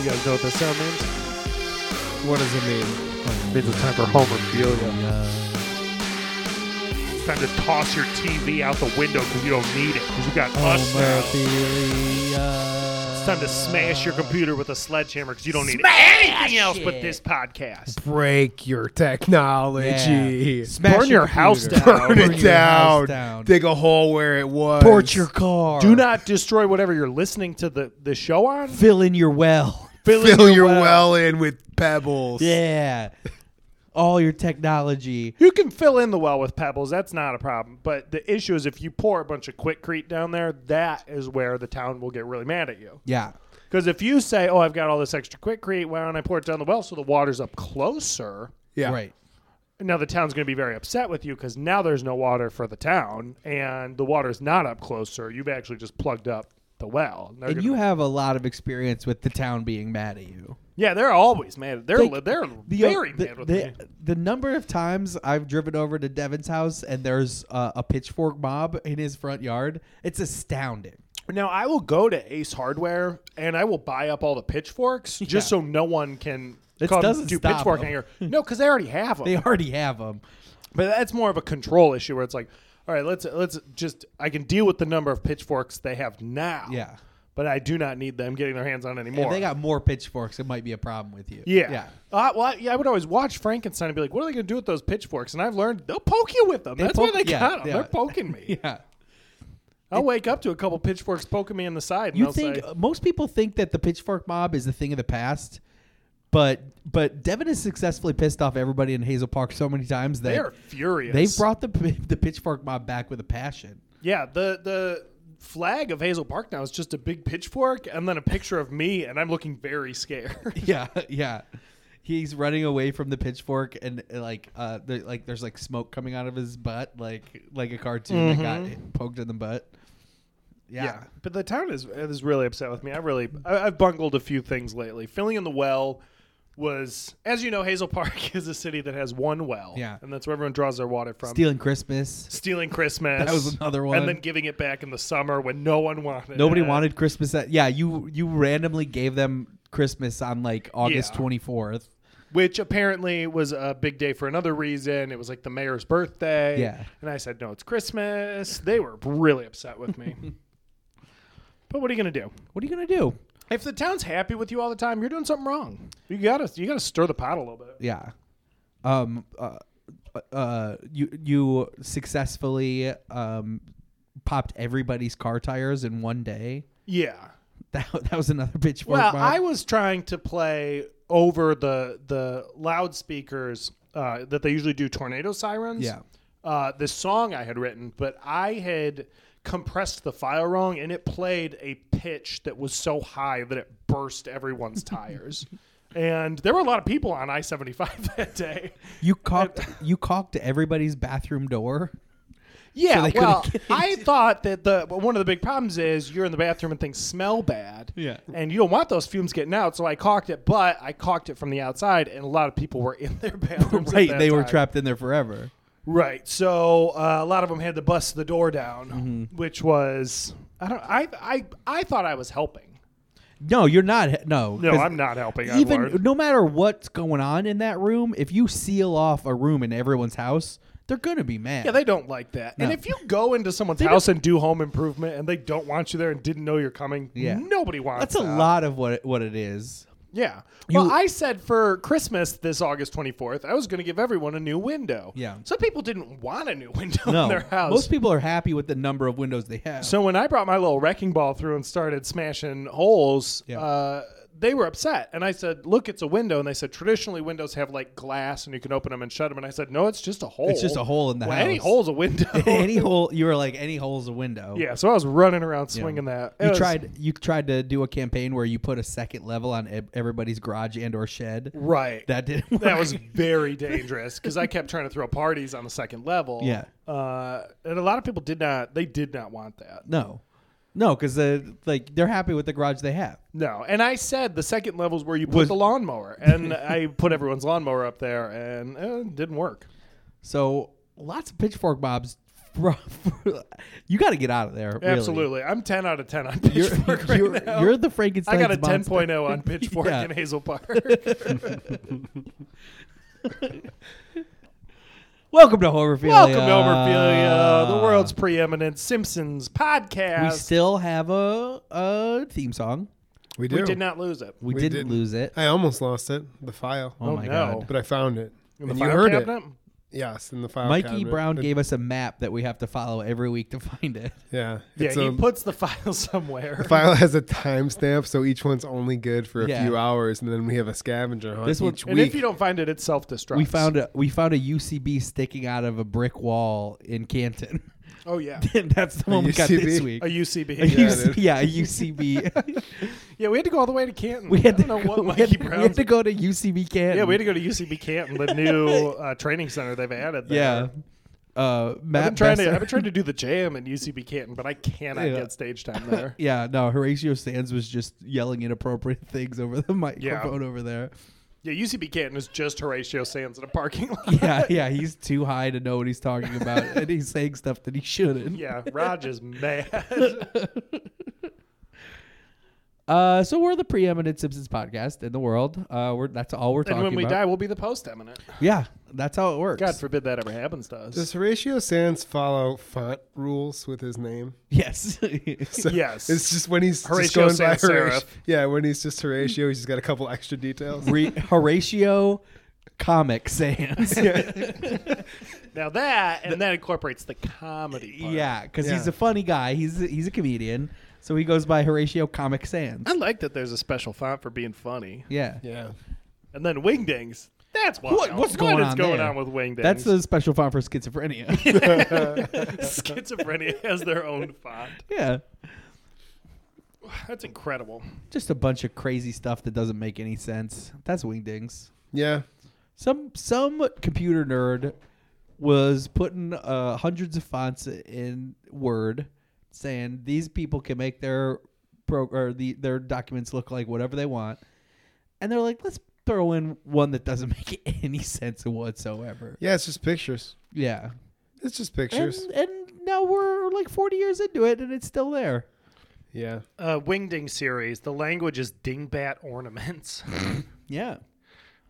You guys know what that sound means? What does it mean? means it's time for homophilia. It's time to toss your TV out the window because you don't need it because you Oh, got us now. Homophilia. It's time to smash your computer with a sledgehammer because you don't need anything else but this podcast. Break your technology. Yeah. Smash Burn your house computer. down. Burn Burn it your down. house down. Dig a hole where it was. Port your car. Do not destroy whatever you're listening to the, the show on. fill in your well. Fill, in fill your well. well in with pebbles. Yeah. All your technology. You can fill in the well with pebbles. That's not a problem. But the issue is if you pour a bunch of quickcrete down there, that is where the town will get really mad at you. Yeah. Because if you say, "Oh, I've got all this extra quickcrete," why don't I pour it down the well so the water's up closer? Yeah. Right. Now the town's going to be very upset with you because now there's no water for the town, and the water's not up closer. You've actually just plugged up the well. And they're And gonna you be- have a lot of experience with the town being mad at you. yeah, they're always mad. They're Like, li- they're The, very the, mad with the, me. the number of times I've driven over to Devin's house and there's uh, a pitchfork mob in his front yard, it's astounding. Now I will go to Ace Hardware and I will buy up all the pitchforks just so no one can It come doesn't do stop pitchforking them. here. No, because they already have them. They already have them. But that's more of a control issue where it's like, all right, let's let's just I can deal with the number of pitchforks they have now. Yeah. But I do not need them getting their hands on anymore. If they got more pitchforks, it might be a problem with you. yeah. Yeah. Uh, well, I, yeah, I would always watch Frankenstein and be like, what are they going to do with those pitchforks? And I've learned they'll poke you with them. That's poke- why they yeah, got them. yeah. They're poking me. Yeah. I'll wake up to a couple pitchforks poking me in the side. And You I'll think say, most people think that the pitchfork mob is a thing of the past, but but Devin has successfully pissed off everybody in Hazel Park so many times that they are furious. they've brought the p- the pitchfork mob back with a passion. Yeah, the the flag of Hazel Park now is just a big pitchfork and then a picture of me, and I'm looking very scared. Yeah, yeah. He's running away from the pitchfork, and uh, like, uh, there, like there's like smoke coming out of his butt, like like a cartoon that Mm-hmm. got poked in the butt. Yeah, but the town is is really upset with me. I really I, I've bungled a few things lately. Filling in the well was, as you know, Hazel Park is a city that has one well. Yeah. and that's where everyone draws their water from. stealing Christmas. Stealing Christmas. That was another one. And then giving it back in the summer when no one wanted. Nobody it. wanted Christmas. That, yeah, you you randomly gave them Christmas on like August Yeah. twenty fourth. which apparently was a big day for another reason. It was like the mayor's birthday. Yeah. And I said, no, it's Christmas. They were really upset with me. but what are you gonna do? What are you gonna do? If the town's happy with you all the time, you're doing something wrong. You gotta you gotta stir the pot a little bit. Yeah. Um. Uh. Uh. You you successfully um popped everybody's car tires in one day. Yeah. That that was another pitchfork. Well, mob. I was trying to play over the the loudspeakers uh, that they usually do tornado sirens. Yeah. Uh, the song I had written, but I had compressed the file wrong, and it played a pitch that was so high that it burst everyone's tires. And there were a lot of people on I seventy five that day. You caulked you caulked everybody's bathroom door. Yeah, they couldn't well, get I thought that the one of the big problems is you're in the bathroom and things smell bad. Yeah. and you don't want those fumes getting out, so I caulked it, but I caulked it from the outside, and a lot of people were in their bathrooms. at Right, that they were time. trapped in there forever. Right, so uh, a lot of them had to bust the door down, Mm-hmm. which was I don't I I I thought I was helping. No, you're not. No, No, 'cause I'm not helping. I've Even learned. no matter what's going on in that room, if you seal off a room in everyone's house, they're gonna be mad. Yeah, they don't like that. And No. if you go into someone's house and do home improvement and they don't want you there and didn't know you're coming, Yeah. nobody wants That's a that. lot of what it, what it is. Yeah. You- well, I said for Christmas this August 24th, I was going to give everyone a new window. Yeah. Some people didn't want a new window No, in their house. most people are happy with the number of windows they have. so when I brought my little wrecking ball through and started smashing holes, Yeah. uh, they were upset. And I said, Look, it's a window. And they said, Traditionally, windows have like glass and you can open them and shut them. And I said, No, it's just a hole. It's just a hole in the well, Any house." hole's a window. any hole you were like any hole's a window. yeah. So I was running around swinging that. It You was- tried. You tried to do a campaign where you put a second level on e- everybody's garage and/or shed. Right. That didn't. Work. That was very dangerous because I kept trying to throw parties on the second level. Yeah. uh, and a lot of people did not. They did not want that. No, no, because like they're happy with the garage they have. No, and I said the second level is where you put Was- the lawnmower, and I put everyone's lawnmower up there, and uh, it didn't work. So lots of pitchfork mobs Bro, you got to get out of there. really. Absolutely. I'm 10 out of 10 on Pitchfork You're, right now. you're the Frankenstein. I got a 10.0 on Pitchfork Yeah. in Hazel Park. Welcome to Horrorphilia. Welcome to Overphilia, the world's preeminent Simpsons podcast. We still have a, a theme song. We do. We did not lose it. We, We didn't, didn't. lose it. I almost lost it. The file. Oh, Oh, my no. god. But I found it. In the and file you heard cabinet? it. Yes, in the file. Mikey cabinet. Brown It- gave us a map that we have to follow every week to find it. Yeah. Yeah, It's he a- puts the file somewhere. the file has a timestamp, so each one's only good for a Yeah. few hours, and then we have a scavenger hunt This one- each and week. if you don't find it, it self destructs. We found a we found a UCB sticking out of a brick wall in Canton. Oh, yeah. And that's the one we got UCB? this week. A UCB. A yeah. UC yeah, a UCB. we had to go all the way to Canton. we had I to don't know go, what Mikey we, had, we Brown's had to go to UCB Canton. Yeah, we had to go to UCB Canton, the new uh, training center they've added. There. Yeah. Uh, Matt I've been trying Besser- to I've been trying to do the jam in UCB Canton, but I cannot Yeah. get stage time there. Yeah, no, Horatio Sands was just yelling inappropriate things over the microphone over there. Yeah, UCB Canton is just Horatio Sands in a parking lot. Yeah, yeah, he's too high to know what he's talking about, and he's saying stuff that he shouldn't. Yeah, Raj is mad. Uh, so we're the preeminent Simpsons podcast in the world. Uh, we're that's all we're and talking when we about. die, we'll be the post eminent. yeah, that's how it works. God forbid that ever happens to us. Does Horatio Sands follow font rules with his name? yes. So Yes. It's just when he's Horatio just going Sans by Horatio. Serif. Yeah, when he's just Horatio, he's just got a couple extra details. Re- Horatio Comic Sands. now that and that incorporates the comedy. Part. yeah, because he's Yeah. a funny guy. He's he's a comedian, so he goes by Horatio Comic Sands. I like that there's a special font for being funny. yeah. Yeah. And then Wingdings. That's wild. What- what's going is on going there? on with Wingdings? That's the special font for schizophrenia. schizophrenia has their own font. yeah. That's incredible. Just a bunch of crazy stuff that doesn't make any sense. That's Wingdings. Yeah. Some some computer nerd was putting uh, hundreds of fonts in Word, saying these people can make their pro or the their documents look like whatever they want, and they're like, let's throw in one that doesn't make any sense whatsoever. Yeah, it's just pictures. Yeah, It's just pictures. and, and now we're like forty years into it, and it's still there. yeah. uh, Wingding series. The language is dingbat ornaments. Yeah.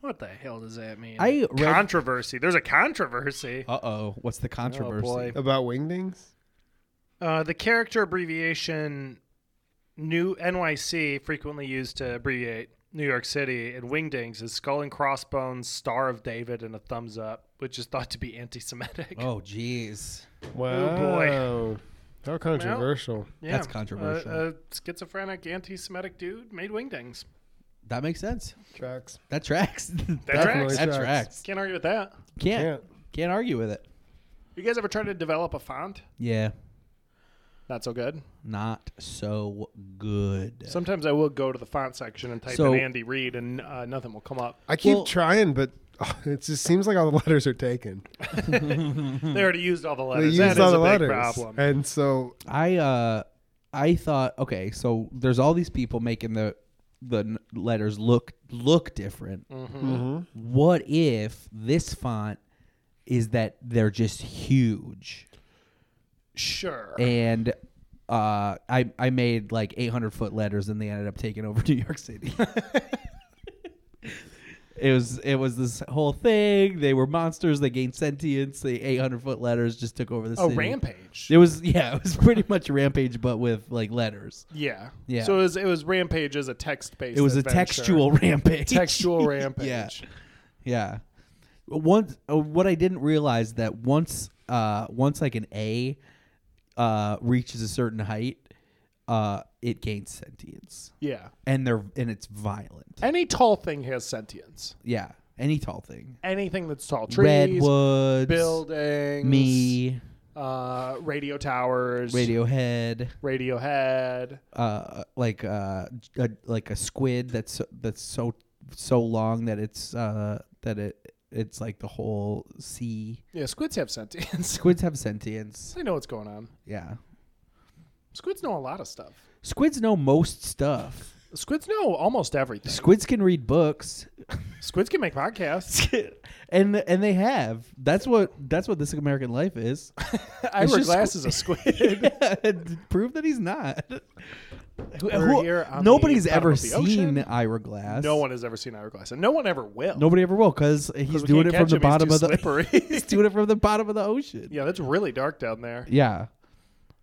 what the hell does that mean? I read- controversy. There's a controversy. Uh oh, what's the controversy? boy. About wingdings? Uh, the character abbreviation New NYC, frequently used to abbreviate New York City, and Wingdings is skull and crossbones, Star of David, and a thumbs up, which is thought to be anti-Semitic. Oh, jeez. Wow. boy. How controversial. yeah. that's controversial. A- a schizophrenic anti-Semitic dude made Wingdings. That makes sense. Tracks. That tracks. That, tracks. That Definitely tracks. tracks. Can't argue with that. Can't, can't Can't. argue with it. You guys ever try to develop a font? Yeah, Not so good. not so good. Sometimes I will go to the font section and type So- in Andy Reid, and uh, nothing will come up. I keep Well- trying, but uh, it just seems like all the letters are taken. Mm-hmm. They already used all the They letters. use That is all the a big letters. problem. And so I uh, I thought okay, so there's all these people making the the n- letters look look different. What if this font is that they're just huge? Sure. and uh, I I made like 800 foot letters, and they ended up taking over New York City. it was it was this whole thing. They were monsters. They gained sentience. The 800 foot letters just took over the A city. Oh, rampage. It was yeah, it was pretty much rampage, but with like letters. Yeah. Yeah. So it was it was Rampage as a text based. It was a textual rampage. textual rampage. Yeah. Yeah. Once uh, what I didn't realize that once uh once like an A uh reaches a certain height, uh it gains sentience. Yeah. And they're and it's violent. Any tall thing has sentience. Yeah. Any tall thing. Anything that's tall, trees, Redwoods, buildings, me, uh, radio towers, Radiohead, Radiohead. uh like uh a, like a squid that's so, that's so so long that it's uh that it it's like the whole sea. Yeah, squids have sentience. Squids have sentience. they know what's going on. Yeah. Squids know a lot of stuff. Squids know most stuff. Squids know almost everything. Squids can read books, Squids can make podcasts. and and they have. That's what that's what this American life is. It's Ira just Glass is a squid. yeah, and prove that he's not. Who- We're who- here on the nobody's bottom ever of the seen ocean. Ira Glass. No one has ever seen Ira Glass, and no one ever will. Nobody ever will because he's we doing it can't from the catch him, bottom he's of too the. slippery. he's doing it from the bottom of the ocean. yeah, that's really dark down there. Yeah.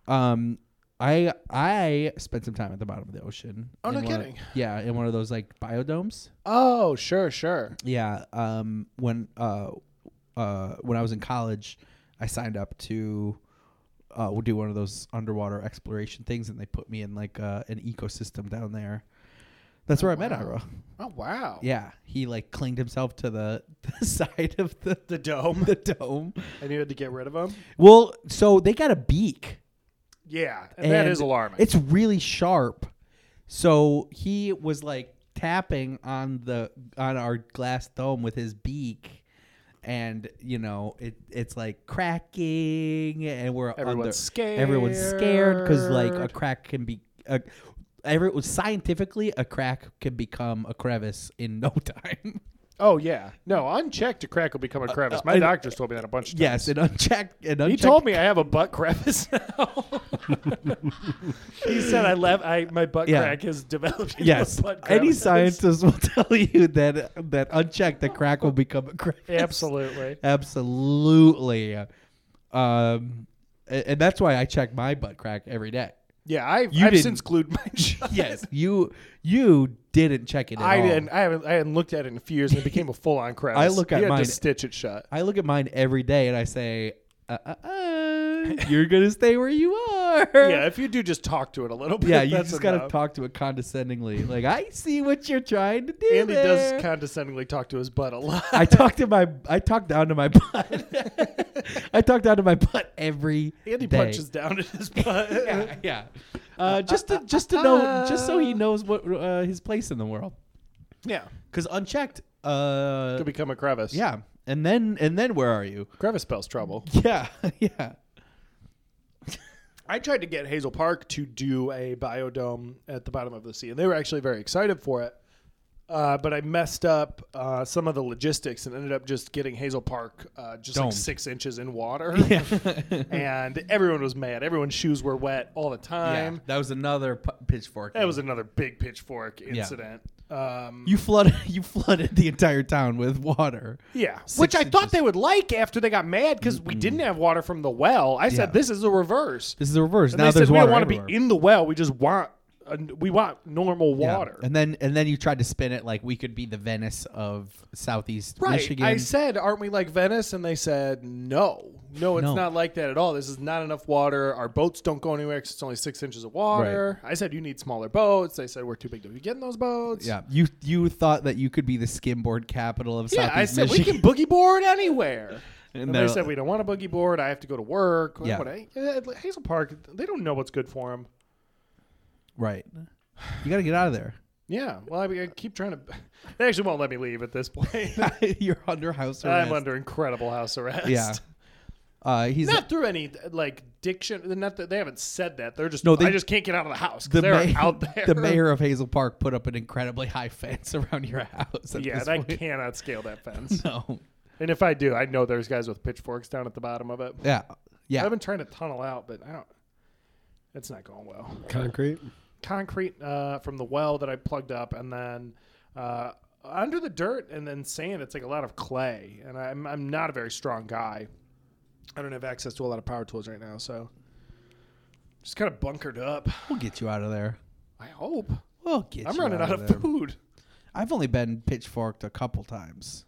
Um I I spent some time at the bottom of the ocean. Oh, in no one of- kidding. yeah, in one of those like biodomes. Oh, sure, sure. Yeah. Um when uh uh when I was in college, I signed up to uh do one of those underwater exploration things and they put me in like uh, an ecosystem down there. That's where I met Ira. Oh, wow. Yeah, he like clinged himself to the, the side of the The dome. the dome. and you had to get rid of him. Well, so they got a beak. Yeah, and, that and is alarming. It's really sharp. So he was like tapping on the on our glass dome with his beak, and you know it it's like cracking, and we're Everyone's under- scared. Everyone's scared because like a crack can be. A, Every, scientifically, a crack can become a crevice in no time. oh yeah, no, unchecked a crack will become a crevice. My Uh, and- doctor's told me that a bunch of times. yes, an unchecked, an He unchecked told me I have a butt crevice now. he said I left. I my butt Yeah. crack has developed. into a Yes, butt any crevice. scientist will tell you that that unchecked, the crack will become a crevice. Absolutely. absolutely. Um, and, and that's why I check my butt crack every day. Yeah, I've, You I've didn't- since glued my shut. Yes, you you didn't check it. At I all. didn't. I haven't. I hadn't looked at it in a few years, and it became a full-on crevice. I look at you had mine- to stitch it shut. I look at mine every day and I say, uh, uh, uh, "You're gonna stay where you are." Yeah, if you do, just talk to it a little bit. Yeah, you that's just gotta enough. talk to it condescendingly. Like, I see what you're trying to do. Andy there." does condescendingly talk to his butt a lot. I talk to my I talk down to my butt. I talk down to my butt every Andy day. punches down at his butt. yeah, yeah. Uh, just to just to know, just so he knows what uh, his place in the world. yeah, Because unchecked, uh, could become a crevice. yeah. And then and then where are you? crevice spells trouble. Yeah, yeah. I tried to get Hazel Park to do a biodome at the bottom of the sea, and they were actually very excited for it. Uh, but I messed up uh, some of the logistics and ended up just getting Hazel Park uh, just like Domed. six inches in water. and everyone was mad. Everyone's shoes were wet all the time. That was another p- pitchfork. That was another big pitchfork incident. Yeah. Um, you flooded you flooded the entire town with water. yeah. Which I thought they would like after they got mad because we didn't have water from the well. I said, Yeah. this is the reverse. This is the reverse. And now they there's said, we water don't want to everywhere. be in the well. We just want. Uh, we want normal Yeah. water. And then and then you tried to spin it like we could be the Venice of southeast Right. Michigan. I said, aren't we like Venice? And they said, no. No, it's No. not like that at all. This is not enough water. Our boats don't go anywhere 'cause it's only six inches of water. I said, you need smaller boats. They said, we're too big to be getting those boats. yeah, you you thought that you could be the skimboard capital of Yeah, Southeast I said, Michigan. we can boogie board anywhere. And And, they're- they said, we don't want to boogie board. I have to go to work. Yeah. What I, yeah, Hazel Park, they don't know what's good for them. Right. You got to get out of there. Yeah. Well, I, I keep trying to. They actually won't let me leave at this point. You're under house arrest. I'm under incredible house arrest. Yeah. Uh, he's not through any like diction. Not that they haven't said that. They're just No, they- I just can't get out of the house. 'cause the they're mayor, out there. The mayor of Hazel Park put up an incredibly high fence around your house. At Yeah, and this I point. cannot scale that fence. No. and if I do, I know there's guys with pitchforks down at the bottom of it. Yeah. Yeah. I've been trying to tunnel out, but I don't. It's not going well. Concrete. Concrete uh, from the well that I plugged up, and then uh, under the dirt and then sand. It's like a lot of clay, and I'm I'm not a very strong guy. I don't have access to a lot of power tools right now, so just kind of bunkered up. We'll get you out of there. I hope. We'll get I'm you running out of there. food. I've only been pitchforked a couple times,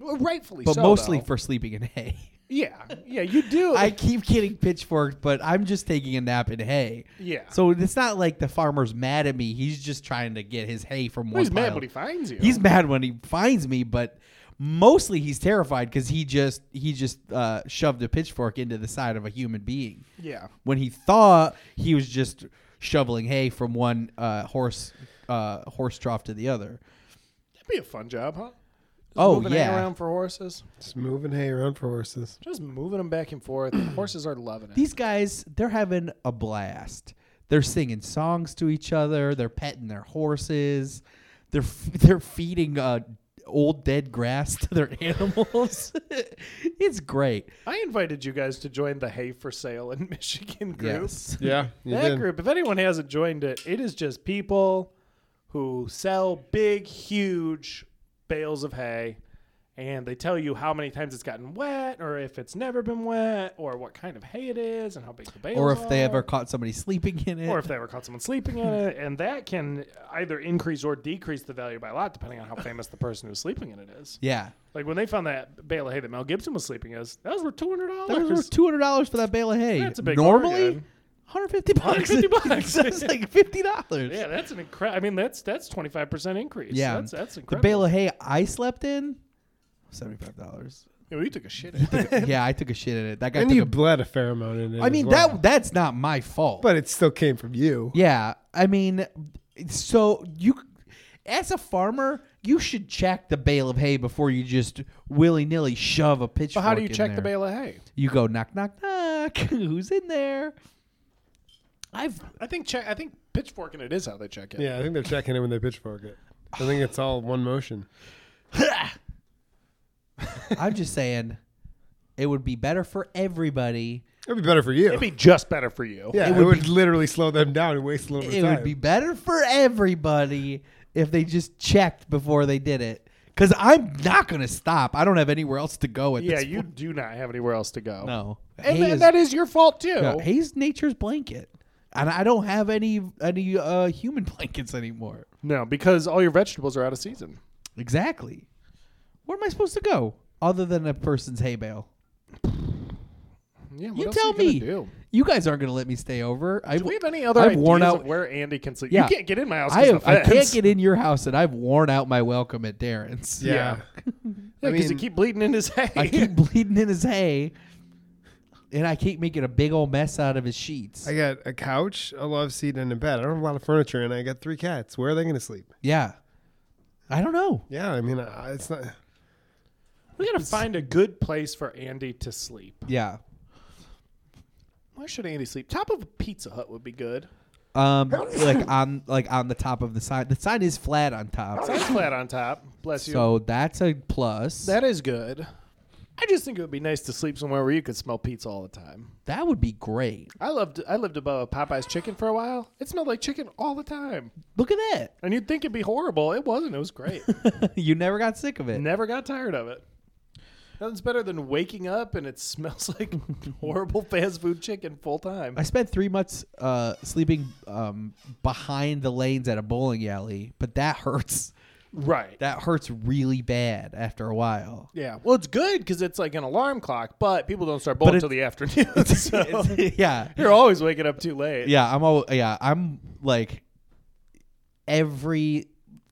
Well, rightfully but so. mostly though. for sleeping in hay. yeah, yeah, you do. I keep getting pitchforked, but I'm just taking a nap in hay. yeah. So it's not like the farmer's mad at me. He's just trying to get his hay from one he's pile. mad when he finds you. He's mad when he finds me, but mostly he's terrified because he just he just uh, shoved a pitchfork into the side of a human being yeah. when he thought he was just shoveling hay from one uh, horse uh, horse trough to the other. That'd be a fun job, huh? Just Oh, moving hay yeah. around for horses, Just moving hay around for horses. just moving them back and forth. horses are loving it. These guys, they're having a blast. They're singing songs to each other. They're petting their horses. They're f- they're feeding uh, old dead grass to their animals. it's great. I invited you guys to join the Hay for Sale in Michigan group. Yes. Yeah, you That did. group, if anyone hasn't joined it, it is just people who sell big, huge bales of hay and they tell you how many times it's gotten wet or if it's never been wet or what kind of hay it is and how big the bales Or if they are, ever caught somebody sleeping in it. or if they ever caught someone sleeping in it and that can either increase or decrease the value by a lot depending on how famous the person who's sleeping in it is yeah. like when they found that bale of hay that mel gibson was sleeping in those were $200 That was worth two hundred dollars for that bale of hay. Oh, That's a big Normally, bargain. one hundred fifty bucks. 150 bucks. That's like fifty dollars. yeah that's an incredible i mean that's that's 25% increase Yeah. that's, that's the incredible bale of hay I slept in, seventy five dollars. Yeah, we took a shit. in it. yeah, I took a shit in it. That guy. and took you a- bled a pheromone in it. I as mean well. that that's not my fault. but it still came from you. yeah, I mean, so you, as a farmer, you should check the bale of hay before you just willy nilly shove a pitchfork. But how do you in check there. the bale of hay? You go knock knock knock. Who's in there? I've I think check. I think pitchforking it is how they check it. Yeah, I think they're checking it when they pitchfork it. I think it's all one motion. I'm just saying, it would be better for everybody. It'd be better for you. it'd be just better for you. yeah, it would, would literally slow them down and waste a little bit It of time. would be better for everybody if they just checked before they did it. Because I'm not going to stop. I don't have anywhere else to go at yeah. this You point. do not have anywhere else to go. No. and, Hay and is- that is your fault too. no, hay's nature's blanket. And I don't have any any uh, human blankets anymore. No, because all your vegetables are out of season. Exactly. Where am I supposed to go other than a person's hay bale? Yeah, what You else tell are you me. gonna Do? You guys aren't going to let me stay over. I, do we have any other I've ideas worn out- of where Andy can sleep? Yeah. You can't get in my house. I, 'cause have, the I can't fence. get in your house, and I've worn out my welcome at Darren's. yeah. Yeah, I because you mean- keep bleeding in his hay. I keep bleeding in his hay, and I keep making a big old mess out of his sheets. I got a couch, a love seat, and a bed. I don't have a lot of furniture, and I got three cats. Where are they going to sleep? yeah, I don't know. Yeah, I mean, I, it's not. we gotta find a good place for Andy to sleep. Yeah, Where should Andy sleep? Top of a Pizza Hut would be good. um, like on like on the top of the sign. The sign is flat on top, It's flat on top. Bless you. so that's a plus. That, That is good. I just think it would be nice to sleep somewhere where you could smell pizza all the time. would be great. I loved I lived above a Popeye's chicken for a while. It smelled like chicken all the time. Look at And you'd think it'd be horrible. It wasn't. It was great. that. you never got sick of it. Never got tired of it. Nothing's better than waking up and it smells like horrible fast food chicken full time. I spent three months uh, sleeping um, behind the lanes at a bowling alley, but that hurts. Right. That hurts really bad after a while. Yeah. Well, it's good because it's like an alarm clock, but people don't start bowling it- until the afternoon. so yeah, you're always waking up too late. yeah i'm all yeah i'm like every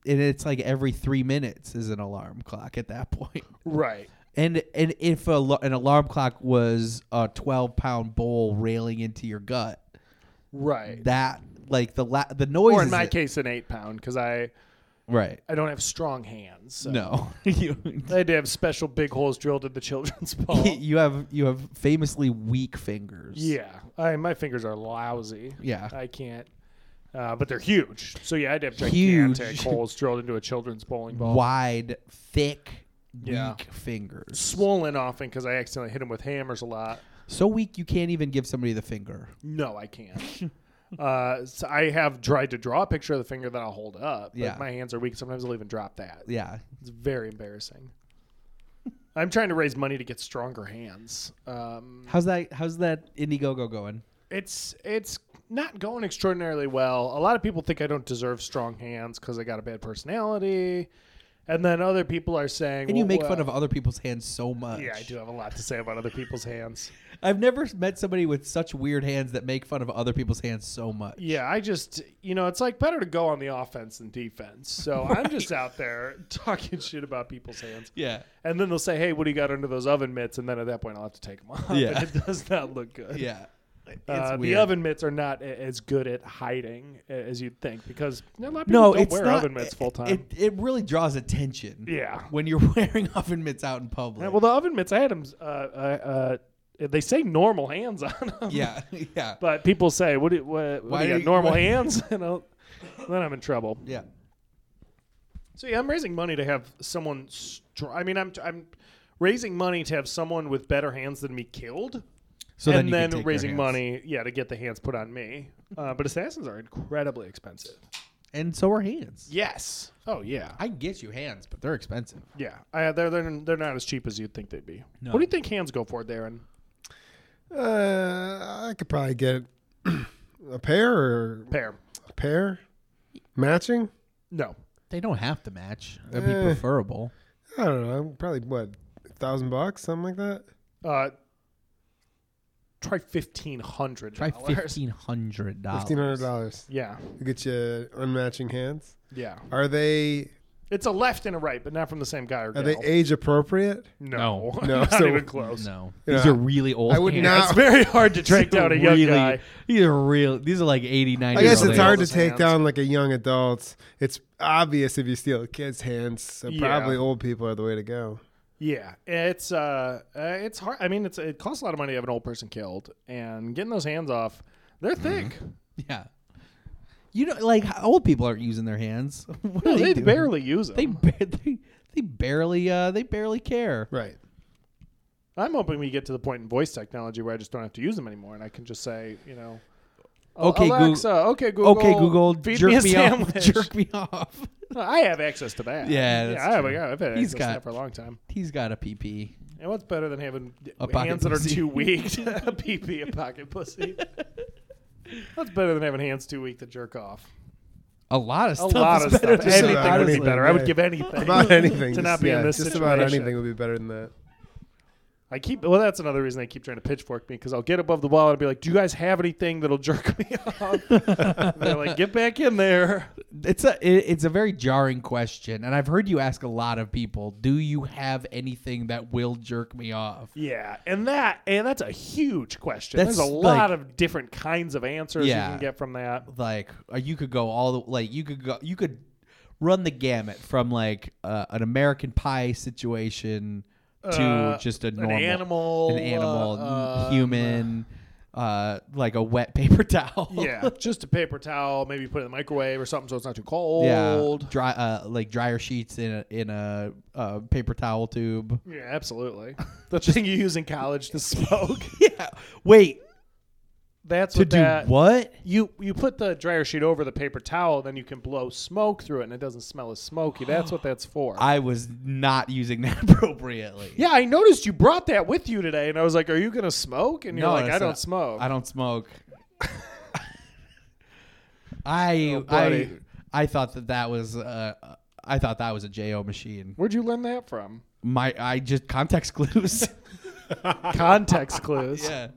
and it's like every three minutes is an alarm clock at that point Right. and and if a, lo- an alarm clock was a 12 pound bowl railing into your gut Right. that like the la- the noise Or in is my it- case, an eight pound because I right I don't have strong hands. So. no you I had to have special big holes drilled in the children's ball. you have you have famously weak fingers Oh. yeah, I, my fingers are lousy. Yeah. I can't. Uh, but they're huge. So yeah, I'd have gigantic Huge. holes drilled into a children's bowling ball. wide thick Yeah. weak fingers Swollen often because I accidentally hit them with hammers a lot. so weak you can't even give somebody the finger No, I can't. uh, so I have tried to draw a picture of the finger that I'll hold up. But Yeah. my hands are weak. Sometimes I'll even drop that. yeah It's very embarrassing. I'm trying to raise money to get stronger hands. Um, How's that? How's that Indiegogo going? it's it's not going extraordinarily well. A lot of people think I don't deserve strong hands because I got a bad personality, and then other people are saying, And you well, make fun well- of other people's hands so much. Yeah, I do have a lot to say about other people's hands. I've never met somebody with such weird hands that make fun of other people's hands so much. Yeah, I just you know it's like better to go on the offense than defense. So I'm just out there talking shit about people's hands, Yeah, and then they'll say, "Hey, what do you got under those oven mitts?" And then at that point, I'll have to take them off. Yeah. and it does not look good. yeah. It's Uh, the weird. oven mitts are not a- as good at hiding a- as you'd think because a lot of people No, don't it's wear not. oven mitts full time. It, it really draws attention. Yeah. When you're wearing oven mitts out in public. Yeah, well, the oven mitts, I had them uh, uh, uh, They say normal hands on them. yeah, yeah, But people say, "What? Do, what, what do Why you do got, you- normal why- hands?" and I'll, then I'm in trouble. yeah. So yeah, I'm raising money to have someone. Str- I mean, I'm I'm raising money to have someone with better hands than me killed, So and you can then, take their raising hands. money, yeah, to get the hands put on me. Uh, but assassins are incredibly expensive. and so are hands. Yes. Oh yeah. I can get you hands, but they're expensive. Yeah. I, they're they're they're not as cheap as you'd think they'd be. No. What do you think hands go for, Darren? Uh, I could probably get a pair or Pair. a pair matching. No. They don't have to match. That'd be Eh. preferable. I don't know. Probably what a thousand bucks, something like that. Uh, try fifteen hundred. Try fifteen hundred dollars. Fifteen hundred dollars. Yeah. to get you unmatching hands. Yeah. Are they It's a left and a right, but not from the same guy or are gal. they age appropriate? no. No. No, Not so- even close. No, Yeah. these are really old. I would hands. not- It's very hard to track down a young Really- guy. These are real. These are like eighty, ninety. I guess Years it's old. hard to Oldest take hands. down like a young adult. It's obvious if you steal a kid's hands. So Yeah. probably old people are the way to go. Yeah, it's uh, uh, it's hard. I mean, it's it costs a lot of money to have an old person killed, and getting those hands off, they're Mm-hmm. thick. Yeah. You know, like how old people aren't using their hands. What No, are they doing? barely use them. They, ba- they they barely uh they barely care. Right. I'm hoping we get to the point in voice technology where I just don't have to use them anymore, and I can just say, you know, Okay, Goo- Alexa, okay, Google, okay, Google, feed jerk me a off. sandwich. Jerk me off. I have access to that. Yeah, that's yeah, I have, true. I've had He's access to got- that for a long time. He's got a PP. And what's better than having A pocket hands that are pussy. too weak to PP a pocket pussy? What's better than having hands too weak to jerk off? A lot of A stuff. lot is of better stuff. than Anything about would be anything, better. I would yeah. give anything. About anything. To just- not be in yeah, this Just about situation. anything would be better than that. I keep. Well, that's another reason they keep trying to pitchfork me because I'll get above the wall and I'll be like, "Do you guys have anything that'll jerk me off?" They're like, "Get back in there." It's a it, it's a very jarring question, and I've heard you ask a lot of people. Do you have anything that will jerk me off? Yeah, and that and that's a huge question. That's There's a like- lot of different kinds of answers you Yeah. can get from that. like uh, you could go all the like you could go you could run the gamut from like uh, an American Pie situation to Uh, just a an normal animal, an animal, uh, n- um, human, uh, like a wet paper towel. Yeah, just a paper towel. Maybe put it in the microwave or something so it's not too yeah, cold. dry uh, like dryer sheets in a, in a uh, paper towel tube. Yeah, absolutely. The thing you use in college to smoke. Yeah, wait That's to what do that. what? You you put the dryer sheet over the paper towel, then you can blow smoke through it, and it doesn't smell as smoky. That's what that's for. I was not using that appropriately. yeah, I noticed you brought that with you today, and I was like, "Are you gonna smoke?" And you're No, like, "I that's don't not- smoke." I don't smoke. I Oh, buddy. I I thought that that was uh, I thought that was a Jo machine. Where'd you learn that from? My I just context clues. Context clues. yeah,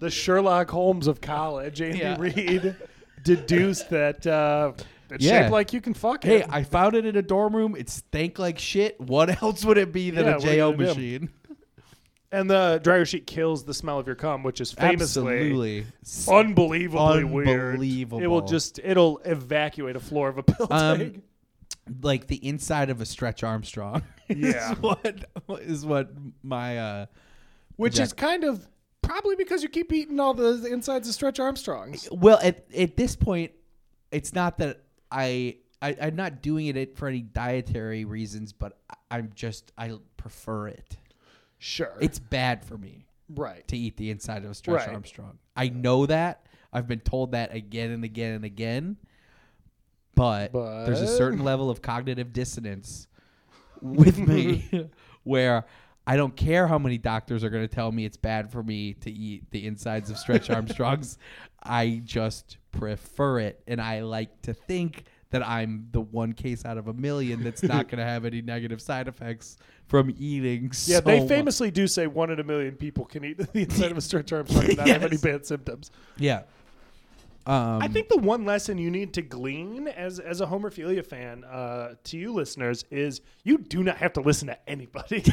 The Sherlock Holmes of college, Andy Yeah. Reid, deduced that uh, it's Yeah. shaped like you can fuck Hey, it. I found it in a dorm room. It stank like shit. What else would it be than Yeah, a what are you Jo gonna do? machine? And the dryer sheet kills the smell of your cum, which is famously Absolutely. unbelievably weird. It Unbelievable. will just it'll evacuate a floor of a building. Um, like the inside of a Stretch Armstrong. Yeah. is what is what my uh, which Jack- is kind of probably because you keep eating all the insides of Stretch Armstrongs. Well, at at this point, it's not that I, I I'm not doing it for any dietary reasons, but I- I'm just I prefer it. Sure, It's bad for me right. to eat the inside of a Stretch Right. Armstrong. I know that. I've been told that again and again and again. But, there's a But- certain level of cognitive dissonance with me where I don't care how many doctors are going to tell me it's bad for me to eat the insides of Stretch Armstrongs. I just prefer it. And I like to think that I'm the one case out of a million that's not going to have any negative side effects from eating. Yeah, so they much. famously do say one in a million people can eat the inside of a Stretch Armstrong and not have any Yes. bad symptoms. Yeah. Um, I think the one lesson you need to glean as as a homophilia fan uh, to you listeners is you do not have to listen to anybody.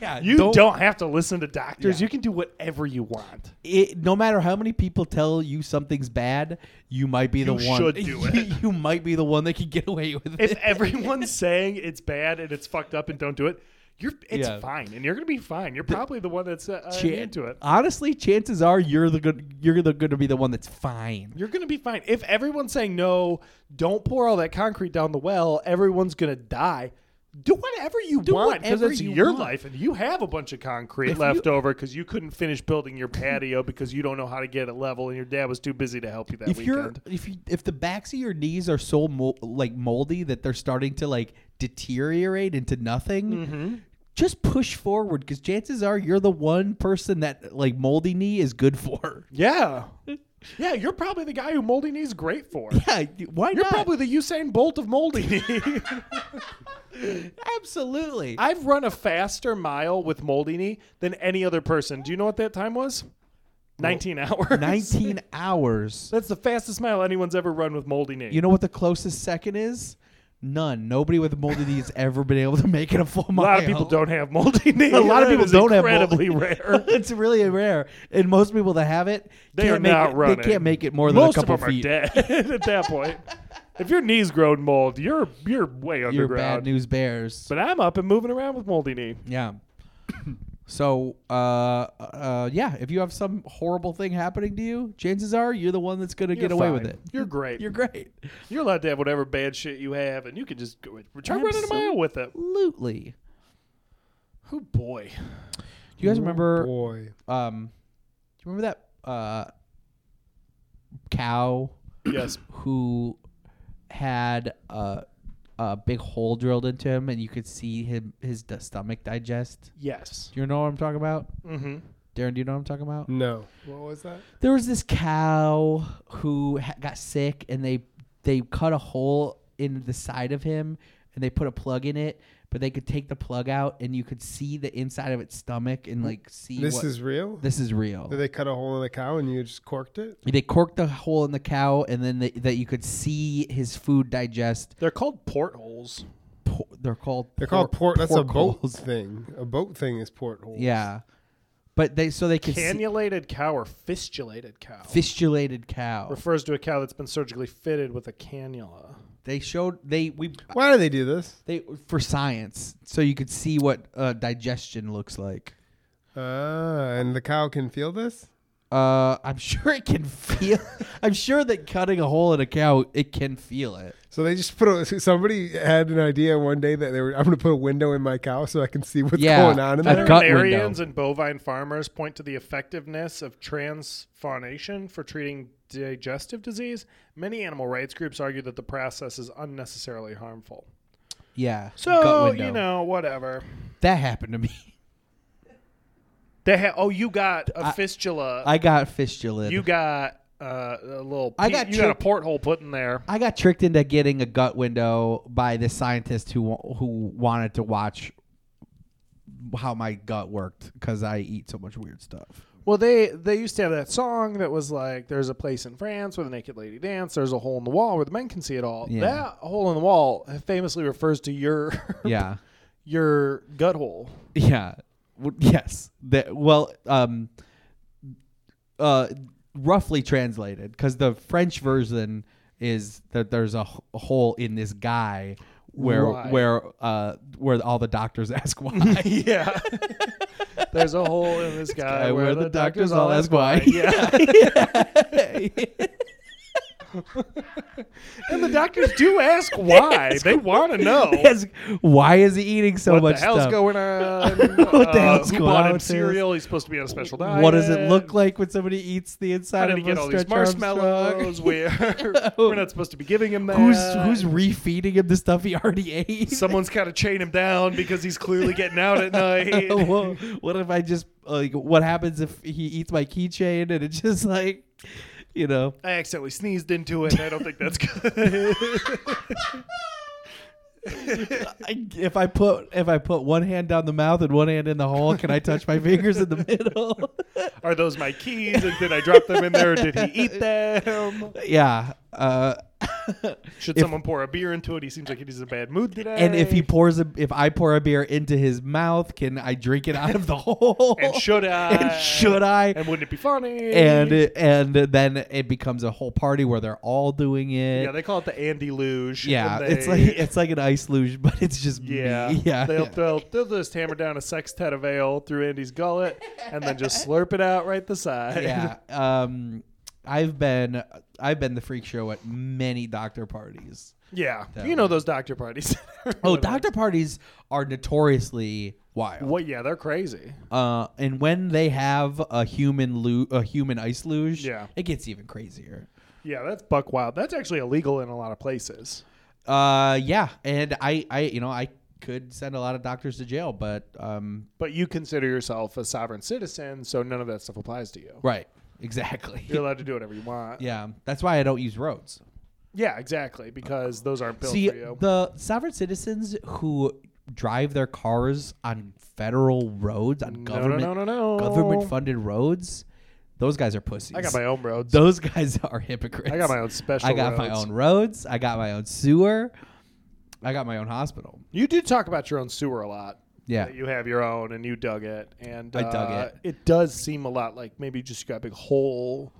yeah, you don't, have to listen to doctors. Yeah. You can do whatever you want. It, no matter how many people tell you something's bad, you might be the You one. should do it. you might be the one that can get away with If it. everyone's saying it's bad and it's fucked up and don't do it, You're it's Yeah. fine, and you're gonna be fine. You're probably the one that's uh, uh, Chan- immune to it. Honestly, chances are you're the good. You're the going to be the one that's fine. You're gonna be fine. If everyone's saying no, don't pour all that concrete down the well. Everyone's gonna die. Do whatever you want because whatever it's you your want. life, and you have a bunch of concrete If left over because you couldn't finish building your patio because you don't know how to get it level, and your dad was too busy to help you that if weekend. you're if you if the backs of your knees are so mo- like moldy that they're starting to like deteriorate into nothing Mm-hmm. just push forward because chances are you're the one person that like moldy knee is good for yeah, yeah, you're probably the guy who moldy knees great for. yeah why You're not probably the Usain Bolt of moldy knee. absolutely I've run a faster mile with moldy knee than any other person. Do you know what that time was? 19 hours. 19 hours That's the fastest mile anyone's ever run with moldy knee. you know what the closest second is none nobody with moldy knee has ever been able to make it a full a mile lot of people don't have moldy knee. a lot of people don't have incredibly mold. rare. it's really rare, and most people that have it They can't are make not it, running. They can't make it more than Most a of couple them feet. are dead at that point. If your knee's grown mold, you're you're way You're bad underground. news bears. but I'm up and moving around with moldy knee. yeah. So, uh, uh, yeah, if you have some horrible thing happening to you, chances are you're the one that's going to You're get away fine. with it. You're great. You're You're, great. allowed to have whatever bad shit you have, and you can just go, try running a mile with it. Absolutely. Oh boy. Do you guys Oh, remember? Boy, Um, do you remember that uh, cow Yes. who had a, a big hole drilled into him, and you could see him his d- stomach digest. Yes. Do you know what I'm talking about, Mm-hmm. Darren? Do you know what I'm talking about? no. What was that? There was this cow who ha- got sick, and they they cut a hole in the side of him, and they put a plug in it. But they could take the plug out, and you could see the inside of its stomach, and like see This E what- is real. this is real. Did they cut a hole in the cow and you just corked it? They corked the hole in the cow, and then they, that you could see his food digest. They're called portholes. Po- they're called They're called port. That's a boat portholes. thing. A boat thing is portholes. Yeah, but they so they could see Cannulated cow or fistulated cow fistulated cow. refers to a cow that's been surgically fitted with a cannula. They showed they we Why do they do this? they for science, so you could see what uh, digestion looks like. Ah, and the cow can feel this. Uh, I'm sure it can feel. I'm sure that cutting a hole in a cow, it can feel it. So they just put a, somebody had an idea one day that they were I'm going to put a window in my cow so I can see what's Yeah, going on in I've there. got- gut Veterinarians window. and bovine farmers point to the effectiveness of transfaunation for treating digestive disease. Many animal rights groups argue that the process is unnecessarily harmful. Yeah. So window. you know, whatever. that happened to me. They ha- oh, you got a I- fistula. I got fistulated. you got uh, a little. I pe- got you got a tricked- porthole put in there. I got tricked into getting a gut window by this scientist who wa- who wanted to watch how my gut worked because I eat so much weird stuff. Well, they they used to have that song that was like, "There's a place in France where the naked lady dance. There's a hole in the wall where the men can see it all." Yeah. That hole in the wall famously refers to your Yeah, your gut hole. yeah, W- yes. That well, um, uh, roughly translated because the French version is that there's a, h- a hole in this guy where Right. where uh where all the doctors ask why. Yeah. There's a hole in this guy guy Uh, where, the, doctors, all ask why. Yeah. and the doctors do ask why. they want to know. Yes. Why is he eating so What much the hell's stuff? going on? Uh, What the hell's who going bought on him with this? cereal? He's supposed to be on a special diet. what does it look like when somebody eats the inside How did of he a get all these Stretch Armstrong? marshmallows? We're, we're not supposed to be giving him that. Who's who's refeeding him the stuff he already ate? Someone's got to chain him down because he's clearly getting out at night. Whoa, what if I just like? What happens if he eats my keychain and it's just like, you know? I accidentally sneezed into it. and I don't think that's good. I, if I put if I put one hand down the mouth and one hand in the hole, can I touch my fingers in the middle? Are those my keys? And did I drop them in there? Or did he eat them? yeah. Uh, Should If- someone pour a beer into it? He seems like he's in a bad mood today. And if he pours a, if I pour a beer into his mouth, can I drink it out of the hole? and should I? And should I? And wouldn't it be funny? and and then it becomes a whole party where they're all doing it. yeah, they call it the Andy luge. Yeah, and it's they- like it's like an ice luge, but it's just Yeah, me. yeah. They'll, they'll they'll just hammer down a sextet of ale through Andy's gullet, and then just slurp it out right the side. yeah. Um, I've been I've been the freak show at many doctor parties. yeah. You know those doctor parties. Oh, doctor parties are notoriously wild. Well, yeah, they're crazy. Uh, and when they have a human lu- a human ice luge, Yeah. it gets even crazier. Yeah, that's buck wild. That's actually illegal in a lot of places. Uh, yeah, and I I you know I could send a lot of doctors to jail, but um, But you consider yourself a sovereign citizen, so none of that stuff applies to you. right, exactly. You're allowed to do whatever you want. Yeah, that's why I don't use roads. Yeah, exactly. Because those aren't built See, for you. the sovereign citizens who drive their cars on federal roads, No, on government no, no, no, no. government funded roads, those guys are pussies. I got my own roads. Those guys are hypocrites. I got my own special. I got my roads. own roads. I got my own sewer. I got my own hospital. You do talk about your own sewer a lot. Yeah. That you have your own and you dug it, and I dug uh, it. It does seem a lot like maybe you just got a big hole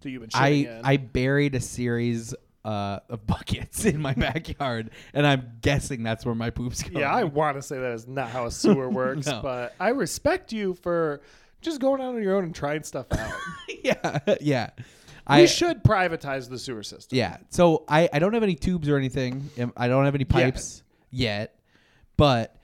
that you've been. shitting I in. I buried a series uh, of buckets in my backyard, and I'm guessing that's where my poops go. Yeah, I want to say that is not how a sewer works, No. but I respect you for just going out on your own and trying stuff out. yeah, yeah. we I should privatize the sewer system. yeah. So I I don't have any tubes or anything. Um, I don't have any pipes yet, but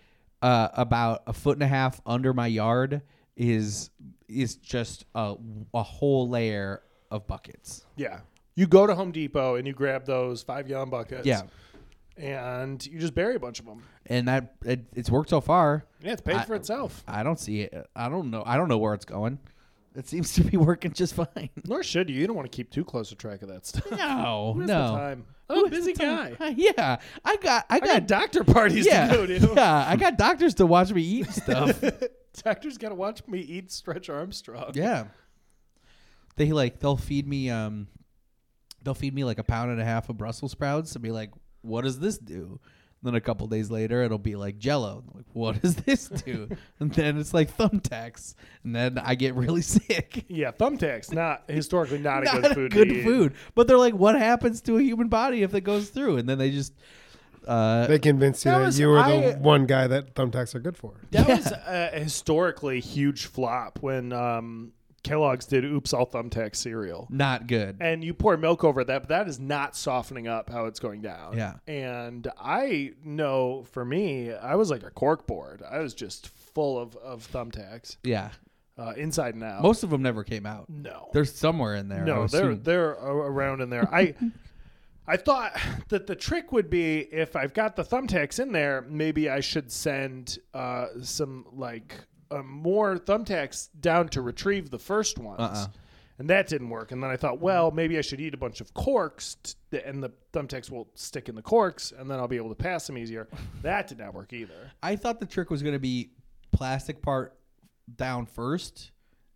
uh, about a foot and a half under my yard is is just a a whole layer of buckets. Yeah. You go to Home Depot and you grab those five gallon buckets. Yeah. And you just bury a bunch of them. And that it, it's worked so far. Yeah, it's paid I- for itself. I don't see it. I don't know. I don't know where it's going. It seems to be working just fine. Nor should you. You don't want to keep too close a track of that stuff. No, Where's the no. time? I'm a Where's the busy guy. time? Yeah, I got, I I got, got doctor parties yeah, to go to. yeah. I got doctors to watch me eat stuff. Doctors got to watch me eat Stretch Armstrong. yeah, they like they'll feed me, um, they'll feed me like a pound and a half of Brussels sprouts and be like, "What does this do?" And then a couple days later, it'll be like Jello. I'm like, what does this do? and then it's like thumbtacks, and then I get really sick. Yeah, thumbtacks, not historically not a Not good food. to eat. food. But they're like, what happens to a human body if it goes through? And then they just, uh, They convinced you That that, was- you were I- uh, the one guy that thumbtacks are good for. That was a a historically huge flop when um, Kellogg's did Oops All Thumbtack cereal. not good. And you pour milk over that, but that is not softening up how it's going down. Yeah. And I know for me, I was like a cork board. I was just full of, of thumbtacks Yeah. uh, inside and out. Most of them never came out. no. They're somewhere in there. I No, would they're assume. they're a- around in there. I I thought that the trick would be if I've got the thumbtacks in there, maybe I should send uh, some like uh, more thumbtacks down to retrieve the first ones. Uh-uh. And that didn't work. And then I thought, well, maybe I should eat a bunch of corks, t- and the thumbtacks will stick in the corks, and then I'll be able to pass them easier. That did not work either. I thought the trick was going to be plastic part down first,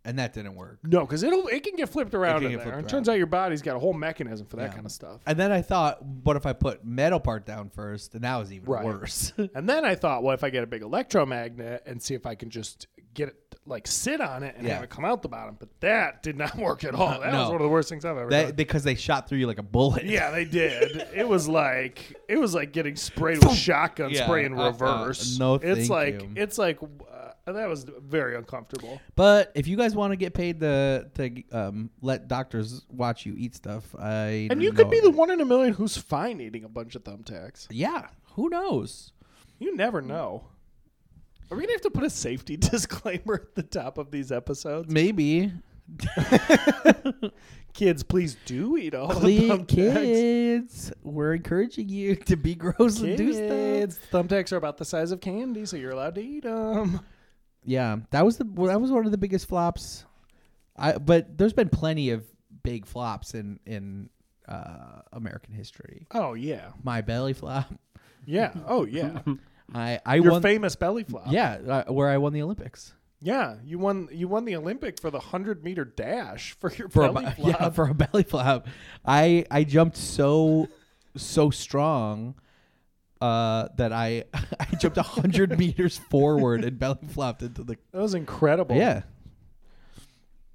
and that didn't work. No, because it'll it can get flipped around can in get there. flipped and around. turns out your body's got a whole mechanism for that Yeah. kind of stuff. And then I thought, what if I put metal part down first? And that was even Right. worse. And then I thought, well, if I get a big electromagnet and see if I can just get it, like sit on it and Yeah. have it come out the bottom. But that did not work at all. That was No. one of the worst things I've ever that, done. because they shot through you like a bullet. yeah, they did. it was like it was like getting sprayed with shotgun Yeah, spray in uh, uh, reverse. no, it's thank like you. it's like uh, that was very uncomfortable. But if you guys want to get paid to to um, let doctors watch you eat stuff, I And you know- could be the one in a million who's fine eating a bunch of thumbtacks. Yeah, who knows? You never know. Are we gonna have to put a safety disclaimer at the top of these episodes? Maybe. Kids, please do eat all the Please, thumbtacks. kids, we're encouraging you to be gross and do stuff. Kids, thumbtacks are about the size of candy, so you're allowed to eat them. Yeah, that was the that was one of the biggest flops. I but there's been plenty of big flops in in uh, American history. Oh yeah, My belly flop. yeah. Oh yeah. I I Your won. famous belly flop. yeah, uh, where I won the Olympics yeah. You won. You won the Olympic for the hundred meter dash for your for a belly bu- flop. yeah for a belly flop. I I jumped so so strong uh, that I I jumped hundred meters forward and belly flopped into the That was incredible. yeah.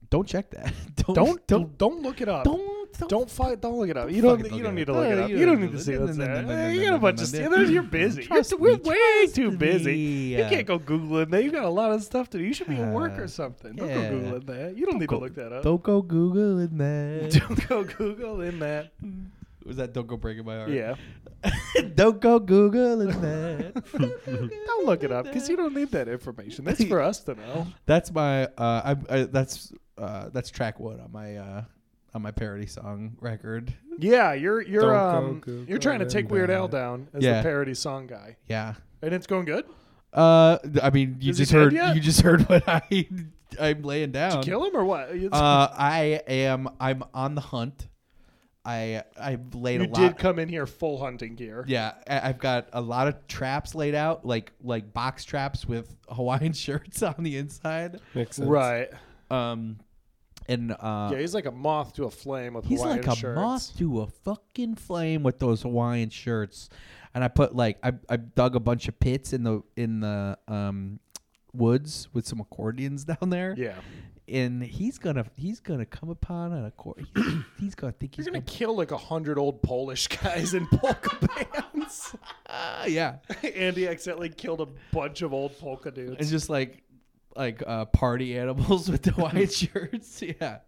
Don't check that. Don't Don't don't don't look it up. don't don't, Don't fight. Don't look it up. You fucking don't. look You it don't up. need to look No, it no, up. you You don't don't need to do it. see No, what's no, no, no, there. no, You got no, a bunch of. no, st- no. You're busy. You're Trust t- we're me, way too trust busy. me. You can't go googling that. You got a lot of stuff to do. You should be at work Uh, or something. Don't yeah. go googling that. You don't need to go- look that up. don't go googling that. Don't go googling that. Was that don't go breaking my heart? Yeah. don't go googling that. Don't look it up because you don't need that information. That's for us to know. That's my uh, I, I, that's uh, that's track one on my uh, on my parody song record. Yeah, you're you're Don't go um googling you're trying to take Weird Al down as Yeah. the parody song guy, Yeah. and it's going good. Uh, I mean, you Is he just dead heard yet? you just heard what I I'm laying down. Kill him or what? It's- Um, Uh, I am I'm on the hunt. I I've laid you a did lot. come in here full hunting gear. yeah, I, I've got a lot of traps laid out, like like box traps with Hawaiian shirts on the inside. Makes sense. Right. Um, and uh, yeah, he's like a moth to a flame with He's Hawaiian like a shirts. moth to a fucking flame with those Hawaiian shirts. And I put like I, I dug a bunch of pits in the in the um woods with some accordions down there. Yeah. And he's gonna he's gonna come upon an accordion. He's, he's gonna think he's You're gonna gonna, kill like a hundred old Polish guys in polka bands. Ah, yeah. Andy accidentally killed a bunch of old polka dudes. It's just like like uh party animals with the Hawaiian shirts. Yeah.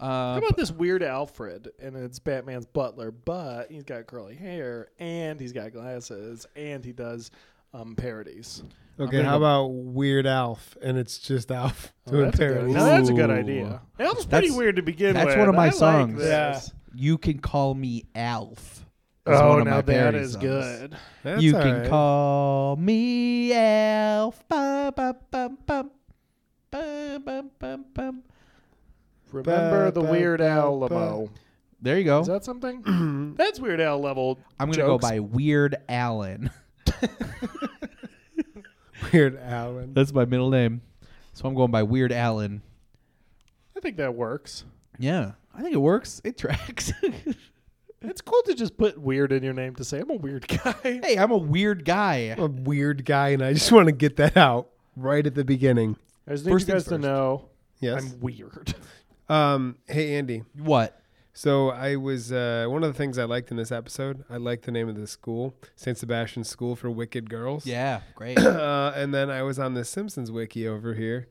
Uh, How about this weird Alfred, and it's Batman's butler, but he's got curly hair, and he's got glasses, and he does um, parodies. Okay, how about Weird Alf? And it's just Alf Oh, doing that's, a good, parodies. now that's a good Ooh. idea. That was pretty That's- weird to begin that's with. one of my I songs. Like this. you can call me Alf. is Oh, one of my now that parody is songs. good. That's you all can right. call me Elf. Bum, bum, bum, bum. Bum, bum, bum, bum. Remember the ba, Weird ba, Al ba. Lamo. There you go. Is that something? That's Weird Al level. I'm gonna jokes. go by Weird Allen. Weird Allen. That's my middle name, so I'm going by Weird Allen. I think that works. Yeah, I think it works. It tracks. It's cool to just put weird in your name to say I'm a weird guy. hey, I'm a weird guy. I'm a weird guy, and I just want to get that out right at the beginning. I just need First you guys to things first. know Yes. I'm weird. Um. Hey, Andy. What? So I was uh, one of the things I liked in this episode. I liked the name of the school, Saint Sebastian's School for Wicked Girls. Yeah, great. Uh, and then I was on the Simpsons wiki over here,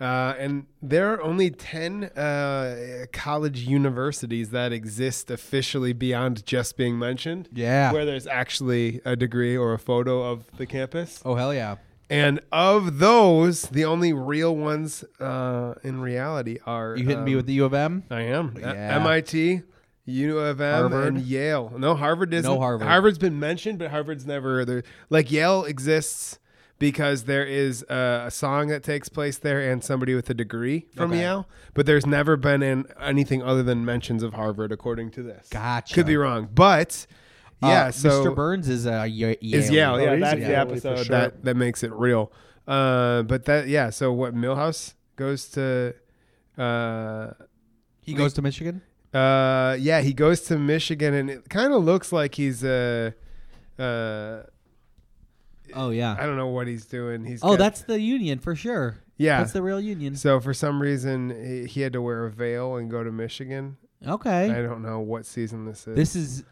uh, and there are only ten uh, college universities that exist officially beyond just being mentioned. Yeah. Where there's actually a degree or a photo of the campus. Oh hell yeah. And of those, the only real ones uh, in reality are You hitting me um, with the U of M? I am. A- Yeah. MIT, U of M, Harvard. and Yale. No, Harvard isn't. Harvard. Harvard's been mentioned, but Harvard's never. there- Like Yale exists because there is a, a song that takes place there and somebody with a degree from Okay. Yale, but there's never been in anything other than mentions of Harvard, according to this. Gotcha. Could be wrong, but yeah. Uh, so Mr. Burns is a Yale. is Yale. Oh, Yeah, he's that's in the Yale, for episode sure. that, that makes it real. Uh, but that yeah. So what? Millhouse goes to. Uh, He goes to Michigan. uh, yeah, he goes to Michigan, and it kind of looks like he's uh, uh, Oh yeah. I don't know what he's doing. He's Oh, got- that's the union for sure. yeah. That's the real union. so for some reason, he, he had to wear a veil and go to Michigan. Okay. I don't know what season this is. This is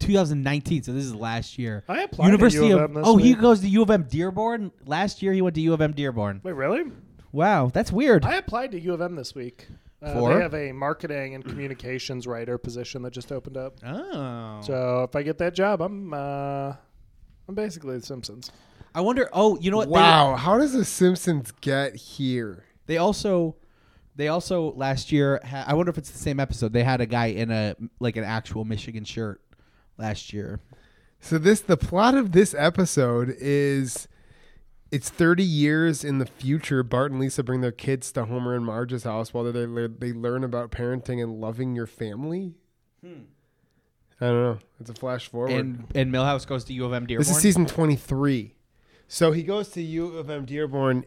2019, so this is last year. I applied to University U of, of M this oh, he week. goes to U of M Dearborn. Last year he went to U of M Dearborn. Wait, really? Wow, that's weird. I applied to U of M this week. Uh, For? They have a marketing and communications writer position that just opened up. oh, So if I get that job, I'm uh, I'm basically the Simpsons. I wonder. Oh, you know what? They were- wow, how does the Simpsons get here? They, also, they also last year. Ha- I wonder if it's the same episode. They had a guy in a like an actual Michigan shirt last year. So this the plot of this episode is it's 30 years in the future. Bart and Lisa bring their kids to Homer and Marge's house while they lear- they learn about parenting and loving your family. I don't know. It's a flash forward. Hmm. And and Millhouse goes to U of M Dearborn. this is season 23. So he goes to U of M Dearborn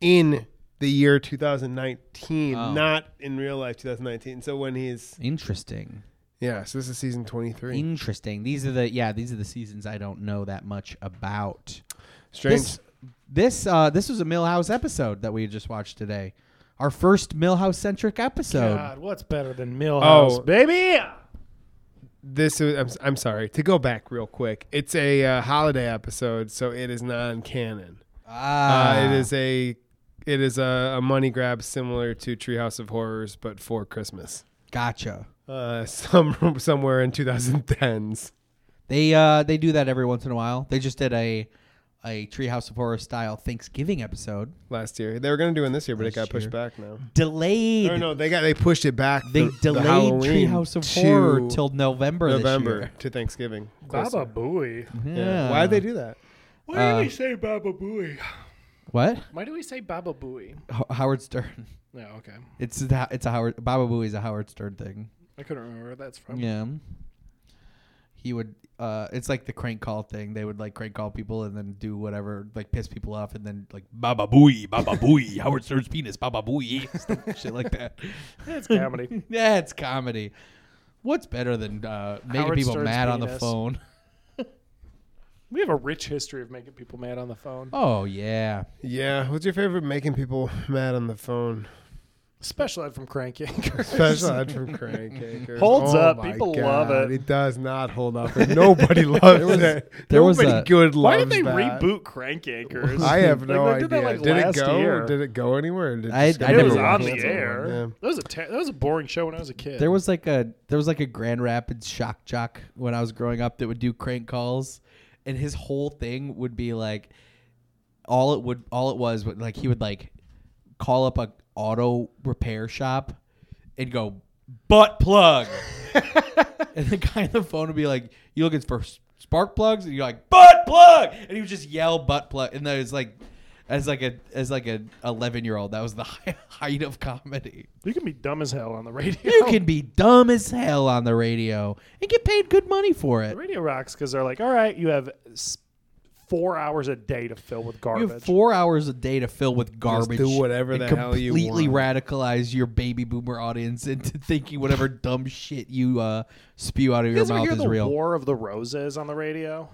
in the year 2019, Oh. not in real life 2019. So when he's Interesting. Yeah, so this is season 23. Interesting. These are the yeah. These are the seasons I don't know that much about. Strange. This this uh, this was a Millhouse episode that we just watched today. Our first Millhouse centric episode. God, what's better than Millhouse, Oh. baby? this is, I'm, I'm sorry, to go back real quick. It's a uh, holiday episode, so it is non canon. Ah, Uh, it is a. It is a, a money grab similar to Treehouse of Horrors, but for Christmas. gotcha. Uh, some somewhere in 2010s. They uh they do that every once in a while. They just did a a Treehouse of Horror style Thanksgiving episode. last year. They were going to do one this year, but it Last got pushed year. back now. Delayed. Or no, they got they pushed it back. They the- the delayed Halloween Treehouse of to Horror till November. This November year. Mm-hmm. to Thanksgiving. Baba Closer. Booey. Yeah. Why would they do that? Why do Uh, we say Baba Booey? What? Why do we say Baba Booey? H- Howard Stern. No, okay. It's a, it's a Howard. Baba Booey's a Howard Stern thing. I couldn't remember where that's from. Yeah. He would. Uh, it's like the crank call thing. They would like crank call people and then do whatever, like piss people off, and then like Baba Booey, Baba Booey, Howard Stern's penis, Baba Booey, stuff- shit like that. It's comedy. Yeah, it's comedy. What's better than uh, making Howard people Stern's mad on the penis. phone? we have a rich history of making people mad on the phone, Oh yeah, Yeah. What's your favorite making people mad on the phone? special ed from Crank Yankers. Special ad from Crank Acres. Holds Oh up. my People love God, it. It does not hold up. And nobody loves it. there was nobody a- good loves Why did they that. reboot Crank Anchors? I have Like, no they did that, idea. like, did it last go? year. Did it go anywhere? or Did it I- just I get it never was watched on it. the canceled? air. Yeah. That was a ter- that was a boring show when I was a kid. there was like a there was like a Grand Rapids shock jock when I was growing up that would do crank calls, and his whole thing would be like, all it would all it was would like he would like call up a auto repair shop and go butt plug, and the guy on the phone would be like, you looking for s- spark plugs? And you're like butt plug, and he would just yell butt plug, and that was like. As like a as like an eleven year old, that was the height of comedy. you can be dumb as hell on the radio. You can be dumb as hell on the radio and get paid good money for The it. radio rocks because they're like, all right, you have s- four hours a day to fill with You garbage. have four hours a day to fill with garbage. do whatever and the hell you Completely want. radicalize your baby boomer audience into thinking whatever dumb shit you uh, spew out of you your guys ever mouth hear is the real. War of the Roses on the radio?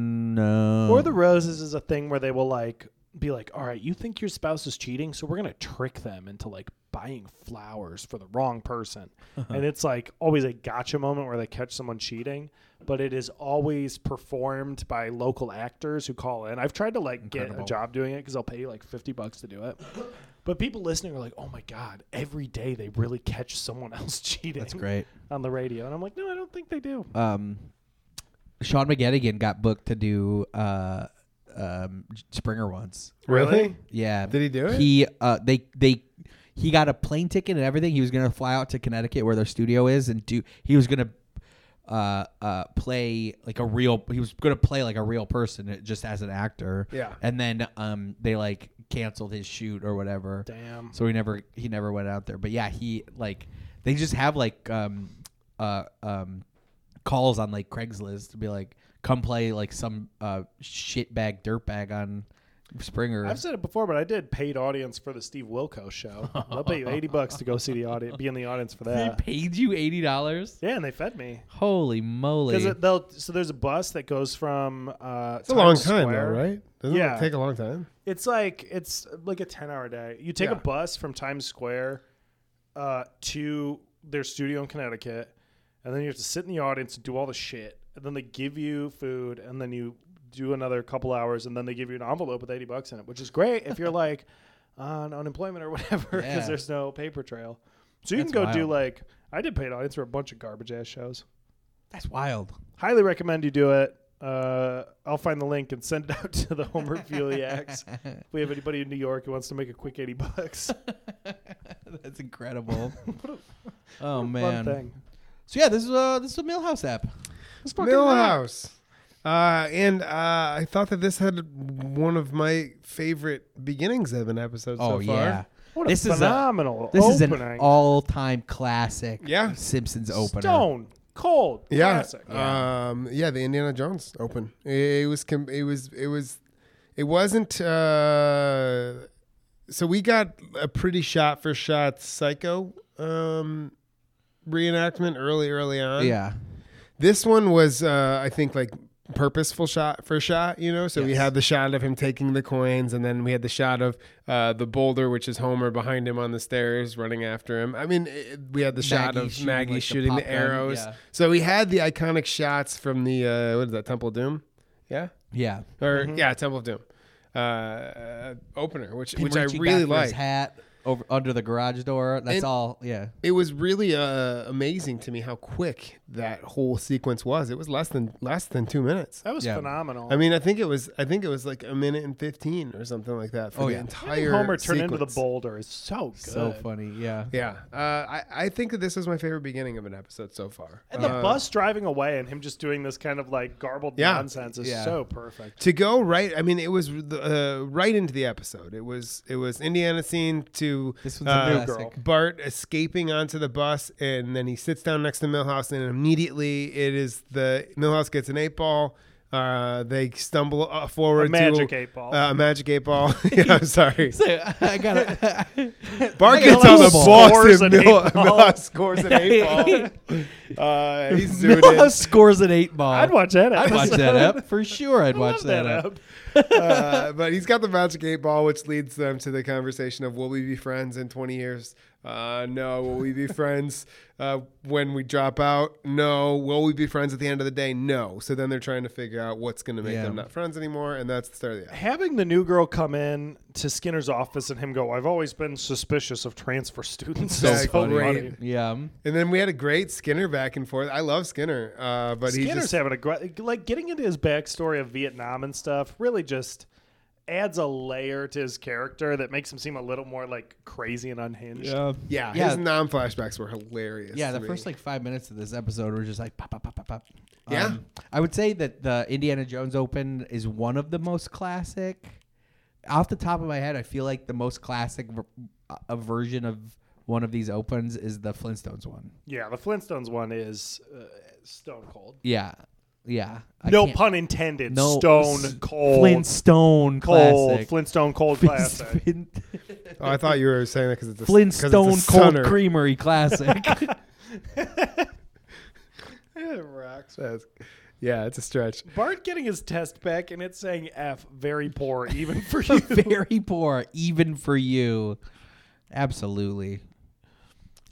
No. War of the Roses is a thing where they will like be like, all right, you think your spouse is cheating, so we're gonna trick them into like buying flowers for the wrong person. Uh-huh. And it's like always a gotcha moment where they catch someone cheating, but it is always performed by local actors who call in. I've tried to like get a Incredible. job doing it because I'll pay you like fifty bucks to do it. But people listening are like, oh my god, every day they really catch someone else cheating That's great. on the radio, and I'm like, no, I don't think they do. Um, Sean McGettigan got booked to do uh, um, Springer once. Really? Yeah. Did he do it? He uh they they he got a plane ticket and everything. He was gonna fly out to Connecticut where their studio is and do he was gonna uh uh play like a real he was gonna play like a real person uh, just as an actor. Yeah. And then um they like canceled his shoot or whatever. Damn. So he never he never went out there. But yeah, he like they just have like um uh um calls on like Craigslist to be like come play like some uh shitbag dirtbag on Springer. I've said it before, but I did paid audience for the Steve Wilco show. I'll pay you eighty bucks to go see the audience, be in the audience for They that. paid you eighty dollars. Yeah, and they fed me Holy because moly! they'll. So there's a bus that goes from. Uh, It's a long time Square. though, right? Doesn't Yeah. it take a long time? It's like it's like a ten hour day. You take a Yeah. bus from Times Square uh, to their studio in Connecticut, and then you have to sit in the audience and do all the shit, and then they give you food, and then you do another couple hours, and then they give you an envelope with eighty bucks in it, which is great if you're like on unemployment or whatever, because Yeah. there's no paper trail. So you That's can go do wild. like I did paid audience for a bunch of garbage ass shows. That's wild. Highly recommend you do it. Uh, I'll find the link and send it out to the homophiliacs. if we have anybody in New York who wants to make a quick 80 bucks. That's incredible. oh Fun man! thing. So yeah, this is uh this is a Millhouse app. Let's fucking rock. Millhouse. Uh, and uh, I thought that this had one of my favorite beginnings of an episode Oh so far. yeah, What This a is a- phenomenal this is an opening. all-time classic. Yeah. Simpsons opener. Stone cold Yeah. classic. Um, yeah, the Indiana Jones Open. It, it was. Com- it was. It was. It wasn't. Uh, so we got a pretty shot for shot psycho um, reenactment early, early on. Yeah. This one was, uh, I think, like purposeful shot for shot, you know? So we had the shot of him taking the coins, and then we had the shot of uh, the boulder, which is Homer behind him on the stairs running after him. I mean, it, we had the shot Maggie of shooting, Maggie like, the shooting the, pop gun, arrows. yeah. So we had the iconic shots from the, uh, what is that, Temple of Doom? Yeah? Yeah. Or, yeah, Temple of Doom. Uh, opener, which Him which I reaching really back for like. His hat over under the garage door. That's And- all. Yeah. it was really uh, amazing to me how quick that whole sequence was. It was less than less than two minutes. That was Yeah. phenomenal. I mean, I think it was I think it was like a minute and fifteen or something like that for Oh, the yeah. Having entire Homer turn into the sequence. boulder is so good. So funny. Yeah. Yeah, uh, I I think that this was my favorite beginning of an episode so far. And the Uh, bus driving away and him just doing this kind of like garbled Yeah. nonsense is Yeah. so perfect. to go right, I mean, it was the, uh, right into the episode. It was it was Indiana scene to This one's uh, a classic. Bart escaping onto the bus, and then he sits down next to Millhouse, and immediately it is the Millhouse gets an eight ball. Uh, they stumble uh, forward A magic to, eight ball. Uh, a magic eight ball. yeah, I'm sorry. I got it. Bart I got gets on the Millhouse bus, scores and an eight ball. Mill- Millhouse scores an eight ball. Uh, he's doing Millhouse it. scores an eight ball. I'd watch that. Uh, I'd watch that up for sure. I'd I love watch that, up. up. Uh, but he's got the magic eight ball, which leads them to the conversation of will we be friends in 20 years? Uh, no. Will we be friends uh, when we drop out? No. Will we be friends at the end of the day? No. So then they're trying to figure out what's going to make Yeah. them not friends anymore, and that's the start of the episode. Having the new girl come in to Skinner's office and him go, I've always been suspicious of transfer students. So It's funny. Yeah. And then we had a great Skinner back and forth. I love Skinner, uh, but he's Skinner's just having a great, like getting into his backstory of Vietnam and stuff really just adds a layer to his character that makes him seem a little more like crazy and unhinged. Yeah. yeah, Yeah. his non flashbacks were hilarious. Yeah, to the me. first like five minutes of this episode were just like pop, pop, pop, pop, pop. Yeah. Um, I would say that the Indiana Jones Open is one of the most classic. Off the top of my head, I feel like the most classic ver- uh, a version of one of these opens is the Flintstones one. Yeah, the Flintstones one is uh, stone cold. Yeah, yeah. I no can't- pun intended. no, s- stone cold. Flintstone cold. classic. Flintstone cold classic. Flin- oh, I thought you were saying that because it's a 'cause it's a Flintstone stunner. Cold Creamery classic. It rocks. That's- yeah, it's a stretch. Bart getting his test back and it's saying F very poor even for you. very poor, even for you. Absolutely.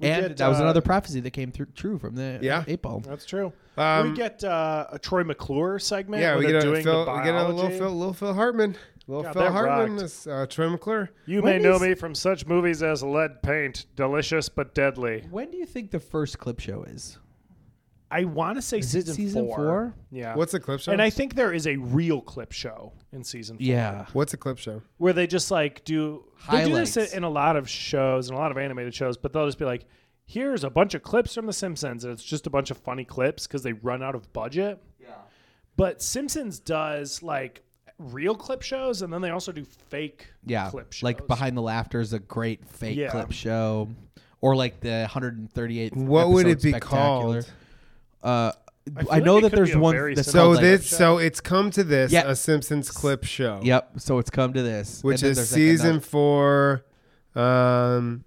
We and get, that was uh, another prophecy that came through true from the Yeah. eight ball. That's true. Um, we get uh, a Troy McClure segment. Yeah, where we they're get, a doing Phil, the we get a little biology. Phil, little Phil Hartman. Little God, Phil that Hartman rocked. is uh, Troy McClure. You When may know is- me from such movies as Lead Paint, Delicious but Deadly. When do you think the first clip show is? I want to say Is it season, season four? Yeah. What's a clip show? and I think there is a real clip show in season four. Yeah. What's a clip show? where they just like do they do this Highlights. in a lot of shows and a lot of animated shows, but they'll just be like, "Here's a bunch of clips from The Simpsons," and it's just a bunch of funny clips because they run out of budget. Yeah. But Simpsons does like real clip shows, and then they also do fake Yeah. clip shows. Like Behind the Laughter is a great fake Yeah. clip show. Or like the 138th. What would episode it be spectacular. called? Uh, I, feel know like it that could there's be a one very that's simple- called, So Sounds like a this, clip show. so it's come to this, Yeah. a Simpsons clip show, Yep. So it's come to this, which And then is there's, like, season another- four. Um,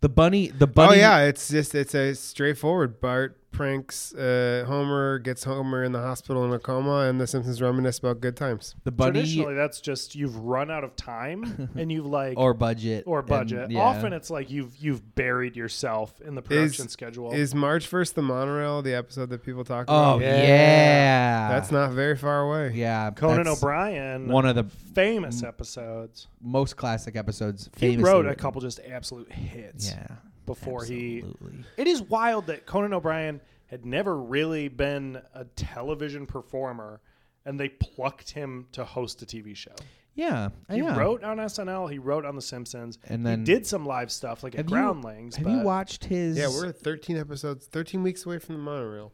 the bunny. The bunny. oh yeah, it's just it's a straightforward Bart pranks uh, Homer, gets Homer in the hospital in a coma, and the Simpsons reminisce about good times. The bunny Traditionally, that's just you've run out of time and you've like or budget or and- budget. yeah. Often it's like you've you've buried yourself in the production schedule. Is March first the monorail the episode that people talk Oh about? yeah, that's not very far away. yeah. Conan that's O'Brien, uh, One of the famous episodes. most classic episodes. He Famously wrote a written. couple just absolute hits. Yeah, before absolutely. he. It is wild that Conan O'Brien had never really been a television performer, and they plucked him to host a TV show. yeah, He yeah. wrote on SNL. He wrote on The Simpsons. And And then- he did some live stuff like at Have you- Groundlings. Have but you watched his? Yeah, we're 13 episodes, 13 weeks away from the monorail.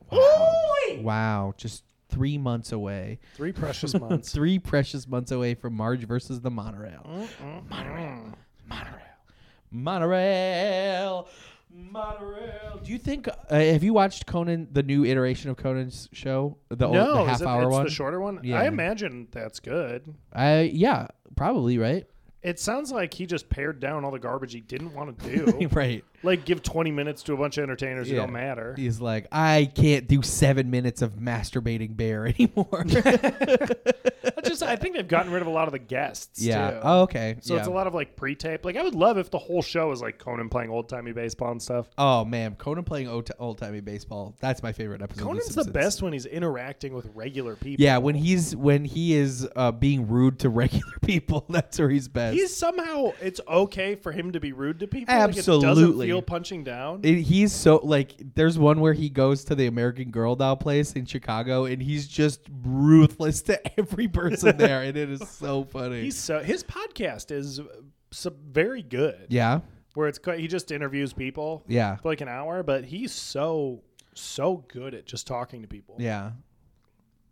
wow, just three months away. Three Precious Months? Three precious months away from Marge versus the monorail. Mm. Monorail, monorail, monorail. Do you think? Uh, have you watched Conan, the new iteration of Conan's show, the, old- no, the is half it- hour it's one? the shorter one. Yeah. I imagine that's good. I yeah, probably right. It sounds like he just pared down all the garbage he didn't want to do. right. like give 20 minutes to a bunch of entertainers who Yeah. don't matter. He's like, I can't do seven minutes of masturbating bear anymore. I just I think they've gotten rid of a lot of the guests. yeah. too. Oh, okay. So yeah. it's a lot of like pre-tape. Like I would love if the whole show is like Conan playing old-timey baseball and stuff. Oh man, Conan playing old timey baseball. That's my favorite episode. of Conan's the Simpsons. best when he's interacting with regular people. Yeah, when he's when he is uh, being rude to regular people, that's where he's best. He's somehow it's okay for him to be rude to people. Like it doesn't Absolutely. feel punching down. It- he's so like there's one where he goes to the American Girl doll place in Chicago and he's just ruthless to every person there and it is so funny. he's so his podcast is uh, so very good. yeah. Where it's quite, he just interviews people Yeah. for like an hour, but he's so so good at just talking to people. Yeah.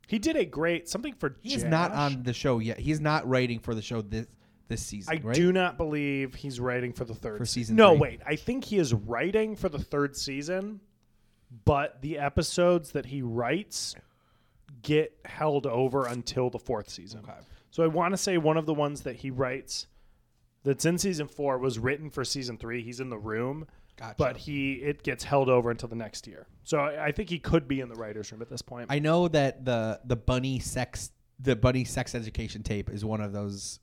He did a great something for He's not Josh. on the show yet. He's not writing for the show this this season, I right? do not believe he's writing for the third For season No, three. wait. I think he is writing for the third season, but the episodes that he writes get held over until the fourth season. So I want to say one of the ones that he writes that's in season four was written for season three. He's in the room, Gotcha. but he it gets held over until the next year. So I, I think he could be in the writers' room at this point. I know that the the bunny sex the bunny sex education tape is one of those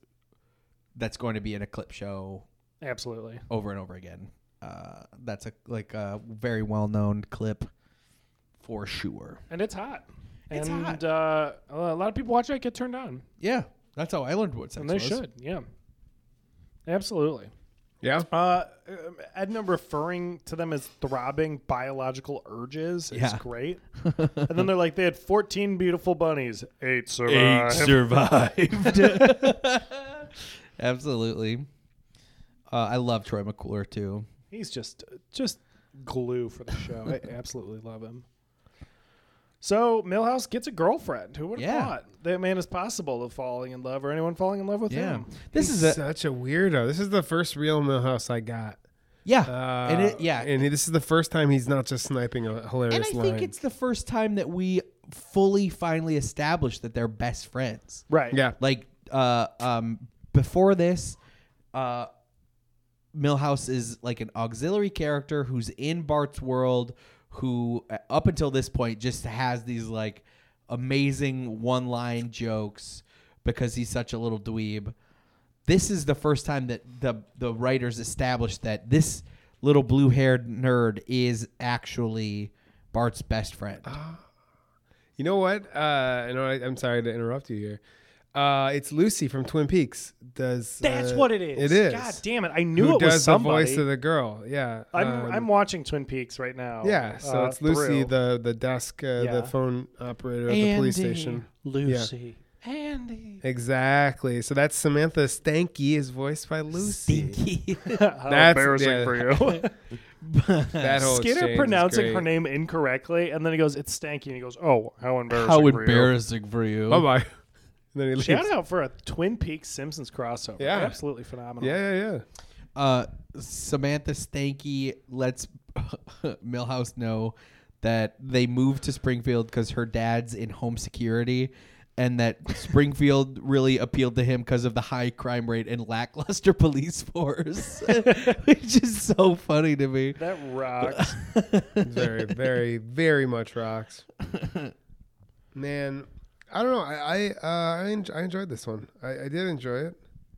that's going to be in a clip show Absolutely. over and over again. Uh, that's a like a very well known clip for sure. And it's hot. It's and hot. Uh, a lot of people watch it get turned on. Yeah, that's how I learned what sex And they should, yeah. Absolutely. Yeah. Uh, um, Edna referring to them as throbbing biological urges is Yeah. great. and then they're like, they had 14 beautiful bunnies, eight survived. Eight survived. Absolutely. Uh, I love Troy McClure too. He's just just glue for the show. I absolutely love him. So Millhouse gets a girlfriend. Who would have Yeah. thought that man is possible of falling in love or anyone falling in love with Yeah, him? this He's is a such a weirdo. This is the first real Millhouse I got. yeah, Uh, and it, yeah, and this is the first time he's not just sniping a hilarious and I line. think it's the first time that we fully finally established that they're best friends. Right. yeah, Like uh um before this, uh Millhouse is like an auxiliary character who's in Bart's world who uh, up until this point just has these like amazing one-line jokes because he's such a little dweeb. This is the first time that the the writers established that this little blue-haired nerd is actually Bart's best friend. Oh. You know what? Uh, you know, I, I'm sorry to interrupt you here. Uh, it's Lucy from Twin Peaks. Does That's uh, what it is. It is. God damn it. I knew Who it was does the somebody. voice of the girl? Yeah, I'm, um, I'm watching Twin Peaks right now. yeah. So uh, it's Lucy, through. the the desk, uh, Yeah. the phone operator at the police station. Lucy. Andy. Exactly. So that's Samantha Stanky is voiced by Lucy. Stinky. How That's- embarrassing yeah. for you. That whole exchange Skinner is pronouncing great. her name incorrectly, and then he goes, "It's stanky," and he goes, "Oh, how embarrassing!" How for you." embarrassing for you. Bye bye. Then he leaves. Shout out for a Twin Peaks Simpsons crossover. Yeah. absolutely phenomenal. Yeah, yeah, yeah. Uh, Samantha Stanky lets Millhouse know that they moved to Springfield because her dad's in home security, and that Springfield really appealed to him because of the high crime rate and lackluster police force, which is so funny to me. that rocks. very, very, very much rocks. Man, I don't know. I I uh, I, enj- I enjoyed this one. I, I did enjoy it.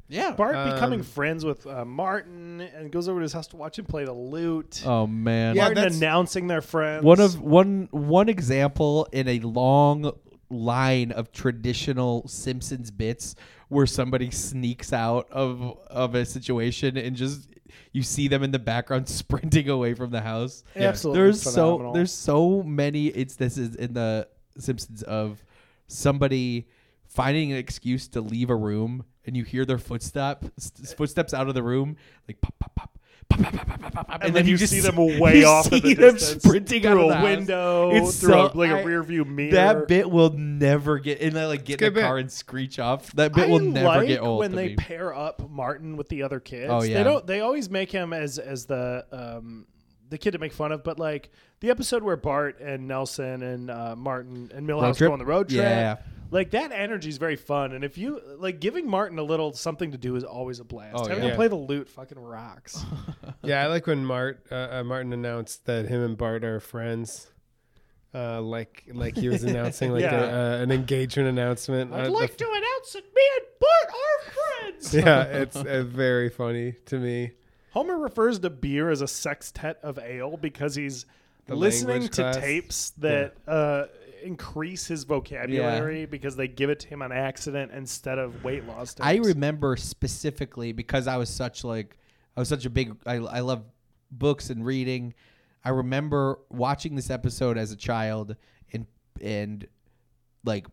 Yeah. Bart becoming Um, friends with uh, Martin and goes over to his house to watch him play the lute. Oh man. Uh, Yeah, Martin that's- announcing their friends. one of one one example in a long line of traditional Simpsons bits where somebody sneaks out of of a situation and just you see them in the background sprinting away from the house. absolutely There's phenomenal. so there's so many instances in the Simpsons of somebody finding an excuse to leave a room and you hear their footsteps footsteps out of the room like pop pop pop pop pop pop pop pop, pop and, then, you, just see them way you off in the see them distance, sprinting through out of the a house. window, It's through so- a, like a I- rear view mirror. That bit will never get and I like get a in good the car bit. and screech off. That bit will I never like get old. when to they me. pair up Martin with the other kids. Oh, They yeah. don't they always make him as as the um the kid to make fun of, but like the episode where Bart and Nelson and uh, Martin and Millhouse trip? go on the road trip. Yeah. Like that energy is very fun, and if you like giving Martin a little something to do is always a blast. Oh, Having yeah. him play the lute fucking rocks. Yeah, I like when Mart uh, uh, Martin announced that him and Bart are friends. Uh, like like he was announcing like Yeah. a, uh, an engagement announcement. I'd Uh, like to announce that me and Bart are friends. the- yeah, it's uh, very funny to me. Homer refers to beer as a sextet of ale because he's The listening language to class. tapes that uh, increase his vocabulary because they give it to him on accident instead of weight loss. Tapes. I remember specifically because I was such like I was such a big I, I love books and reading. I remember watching this episode as a child and and like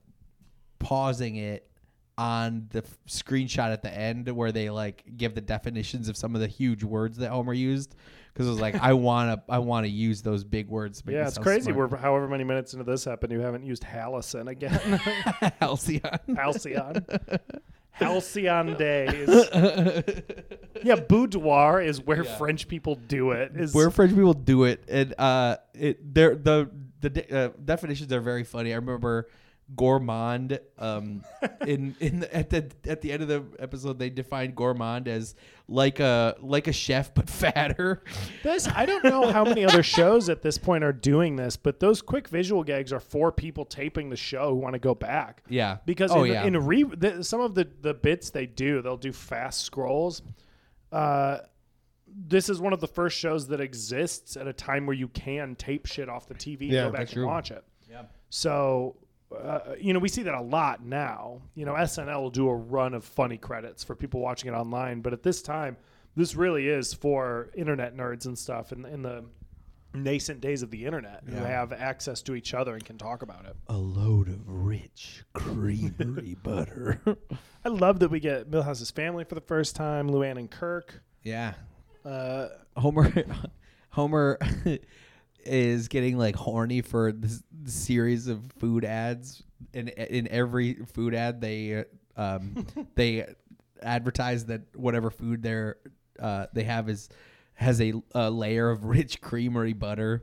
pausing it on the f- screenshot at the end where they like give the definitions of some of the huge words that Homer used because I was like I want to I want to use those big words. to make Yeah, me it's sound crazy. smart. We're however many minutes into this up, and you haven't used Hallison again. Halcyon. Halcyon. Halcyon Day is. Yeah, boudoir is where French people do it. Is where French people do it, and uh, it there the the de- uh, definitions are very funny. I remember gourmand um in in the, at the at the end of the episode they defined gourmand as like a like a chef but fatter this? I don't know how many other shows at this point are doing this, but those quick visual gags are for people taping the show who want to go back. yeah because oh in, yeah in re the, some of the the bits they do they'll do fast scrolls uh this is one of the first shows that exists at a time where you can tape shit off the TV Yeah, and go back that's and true. watch it. Yeah. So, uh, you know, we see that a lot now. You know, SNL will do a run of funny credits for people watching it online, but at this time, this really is for internet nerds and stuff in, in the nascent days of the internet who have access to each other and can talk about it. a load of rich creamy butter I love that we get Milhouse's family for the first time, Luann and Kirk. yeah Uh, Homer Homer is getting like horny for this series of food ads and in every food ad they um they advertise that whatever food they're uh they have is has a, a layer of rich creamery butter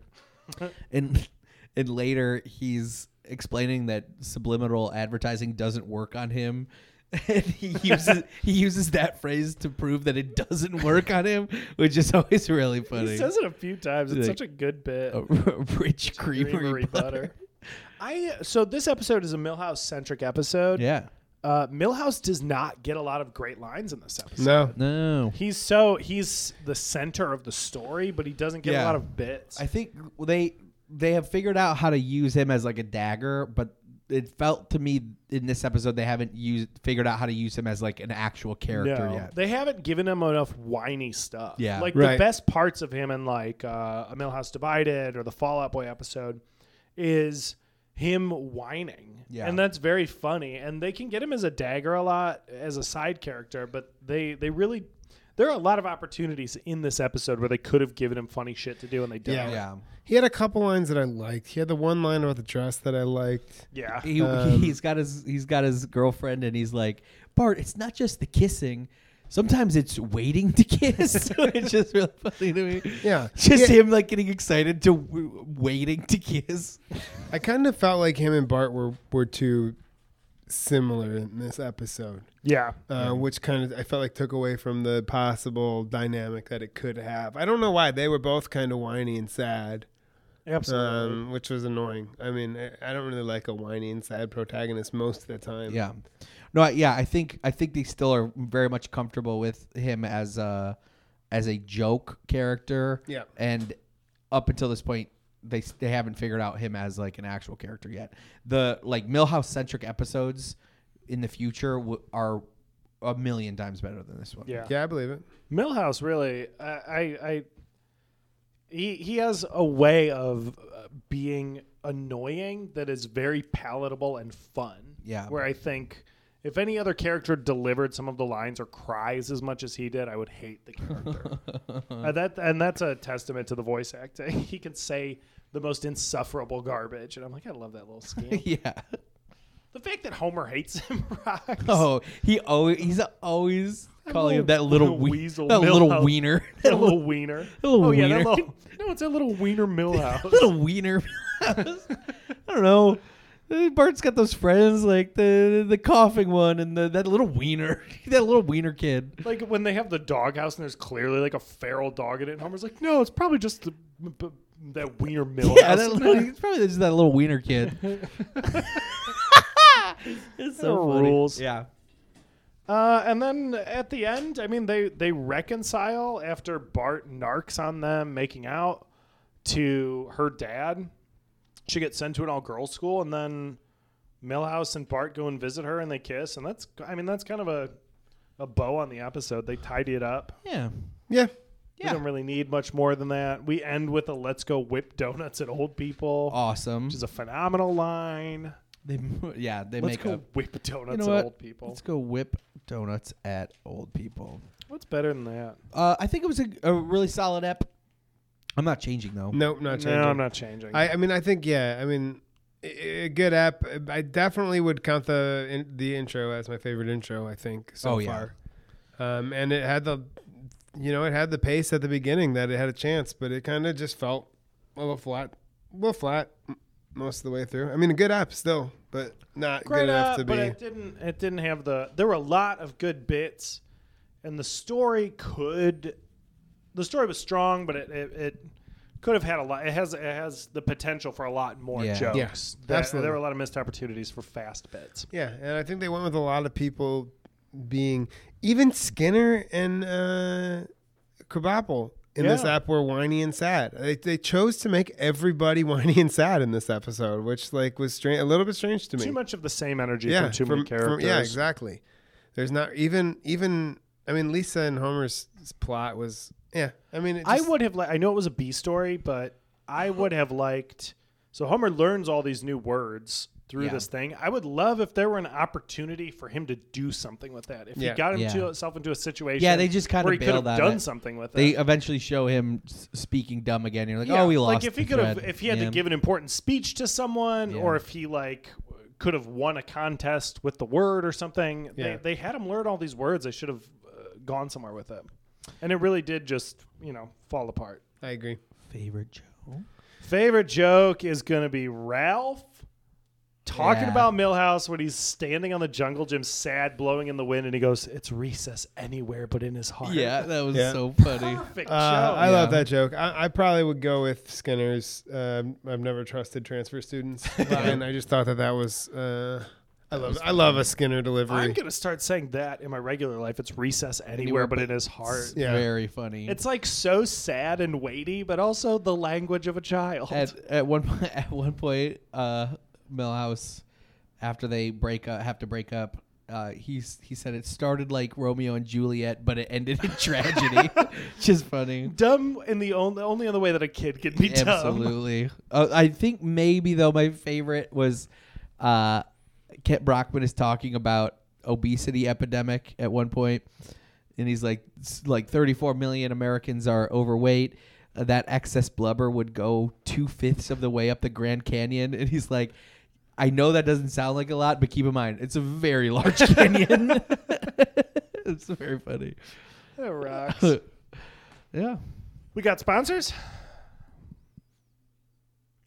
and and later he's explaining that subliminal advertising doesn't work on him and he uses he uses that phrase to prove that it doesn't work on him which is always really funny he says it a few times. It's Like- such a good bit. A r- rich creamery, butter. I so this episode is a Millhouse centric episode. yeah Uh, Millhouse does not get a lot of great lines in this episode. No, no He's so he's the center of the story, but he doesn't get a Yeah. lot of bits. I think they they have figured out how to use him as like a dagger, but it felt to me in this episode they haven't used figured out how to use him as like an actual character no, yet. they haven't given him enough whiny stuff. Yeah. like the Right. best parts of him in like uh, a Millhouse Divided or the Fallout Boy episode is him whining. Yeah. and that's very funny. And they can get him as a dagger a lot as a side character, but they they really there are a lot of opportunities in this episode where they could have given him funny shit to do and they don't. Yeah. Yeah. he had a couple lines that I liked. He had the one line about the dress that I liked. yeah. He, Um, he's got his he's got his girlfriend and he's like Bart. It's not just the kissing. Sometimes it's waiting to kiss. it's just really funny to me. Yeah. just Yeah. him like getting excited to w- waiting to kiss. I kind of felt like him and Bart were were too similar in this episode, yeah. uh, which kind of I felt like took away from the possible dynamic that it could have. I don't know why they were both kind of whiny and sad. Absolutely. um, which was annoying. I mean, I, I don't really like a whiny and sad protagonist most of the time. Yeah. No, I- yeah, I think I think they still are very much comfortable with him as a as a joke character. Yeah. And up until this point they s- they haven't figured out him as like an actual character yet. The like Millhouse centric episodes in the future w- are a million times better than this one. yeah. yeah, I believe it. Millhouse really, I, I, I he he has a way of uh, being annoying that is very palatable and fun. Yeah. where I think if any other character delivered some of the lines or cries as much as he did, I would hate the character. Uh, that and that's a testament to the voice acting. he can say the most insufferable garbage, and I'm like, I love that little scheme. yeah. the fact that Homer hates him rocks. Oh, he always he's always calling him that little- little, little wee- weasel that little Milhouse. wiener, That little wiener. little oh, yeah, that wiener. little, no, it's a little wiener Millhouse. little wiener. I don't know. Uh, Bart's got those friends like the the coughing one and the, that little wiener, that little wiener kid. Like when they have the doghouse and there's clearly like a feral dog in it, and Homer's like, "No, it's probably just the b- b- that wiener mill." Yeah, house." that, little- it's probably just that little wiener kid. it's so There are funny. rules. Yeah, Uh, and then at the end, I mean, they they reconcile after Bart narcs on them making out to her dad. She gets sent to an all girls school, and then Millhouse and Bart go and visit her, and they kiss, and that's I mean that's kind of a a bow on the episode. They tidy it up. yeah. Yeah. Yeah. We don't really need much more than that. We end with a "Let's go whip donuts at old people," Awesome. which is a phenomenal line. They yeah they Let's make go a whip donuts you know at what? old people. Let's go whip donuts at old people. What's better than that? Uh, I think it was a, a really solid ep. I'm not changing though. Nope, not changing. No, I'm not changing. I, I mean, I think yeah. I mean, a a good app. I definitely would count the in, the intro as my favorite intro. I think so Oh, yeah. far. Um, and it had the, you know, it had the pace at the beginning that it had a chance, but it kind of just felt a little flat, a little flat m- most of the way through. I mean, a good app still, but not great good enough app, to but be. it didn't. It didn't have the. There were a lot of good bits, and the story could. The story was strong, but it it, it could have had a lot. It has it has the potential for a lot more Yeah. jokes. Yeah, That- absolutely. There were a lot of missed opportunities for fast bits. yeah, and I think they went with a lot of people being even Skinner and uh, Krabappel in this Yeah. app were whiny and sad. They, they chose to make everybody whiny and sad in this episode, which like was strange, a little bit strange to me. Too much of the same energy yeah, from too from- many from- characters. yeah, exactly. There's not even even. I mean, Lisa and Homer's plot was yeah. I mean, it I just- would have like I know it was a B story, but I would have liked so Homer learns all these new words through Yeah. this thing. I would love if there were an opportunity for him to do something with that. If Yeah. he got him Yeah. to- himself into a situation, Yeah, they just kinda where he could have bailed on done it. something with They it. eventually show him s- speaking dumb again. You're like, Yeah, oh, we lost. Like if he the could have, thread. if he had Yeah. to give an important speech to someone, Yeah. or if he like could have won a contest with the word or something. Yeah. They, they had him learn all these words. They should have uh, gone somewhere with it, and it really did just you know fall apart. I agree. favorite Joe. Favorite joke is going to be Ralph talking Yeah. about Millhouse when he's standing on the jungle gym, sad, blowing in the wind, and he goes, "It's recess anywhere but in his heart." Yeah, that was Yeah. so funny. perfect Uh, joke. I love Yeah. that joke. I, I probably would go with Skinner's. Um, I've never trusted transfer students, and I just thought that that was. Uh, I love. I love a Skinner I'm delivery. going to start saying that in my regular life. It's recess anywhere, Anywhere but, but- in his heart. Yeah. Very funny. It's like so sad and weighty, but also the language of a child. at at one po- at one point, uh, Millhouse, after they break up, have to break up. Uh, he's he said it started like Romeo and Juliet, but it ended in tragedy. Just funny. dumb in the only, only other way that a kid can be dumb. Absolutely. Uh, I think maybe though my favorite was uh, Kent Brockman is talking about obesity epidemic at one point, and he's like, s- like 34 million Americans are overweight. Uh, that excess blubber would go two fifths of the way up the Grand Canyon, and he's like. I know that doesn't sound like a lot, but keep in mind it's a very large canyon. it's very funny. That rocks. yeah. We got sponsors.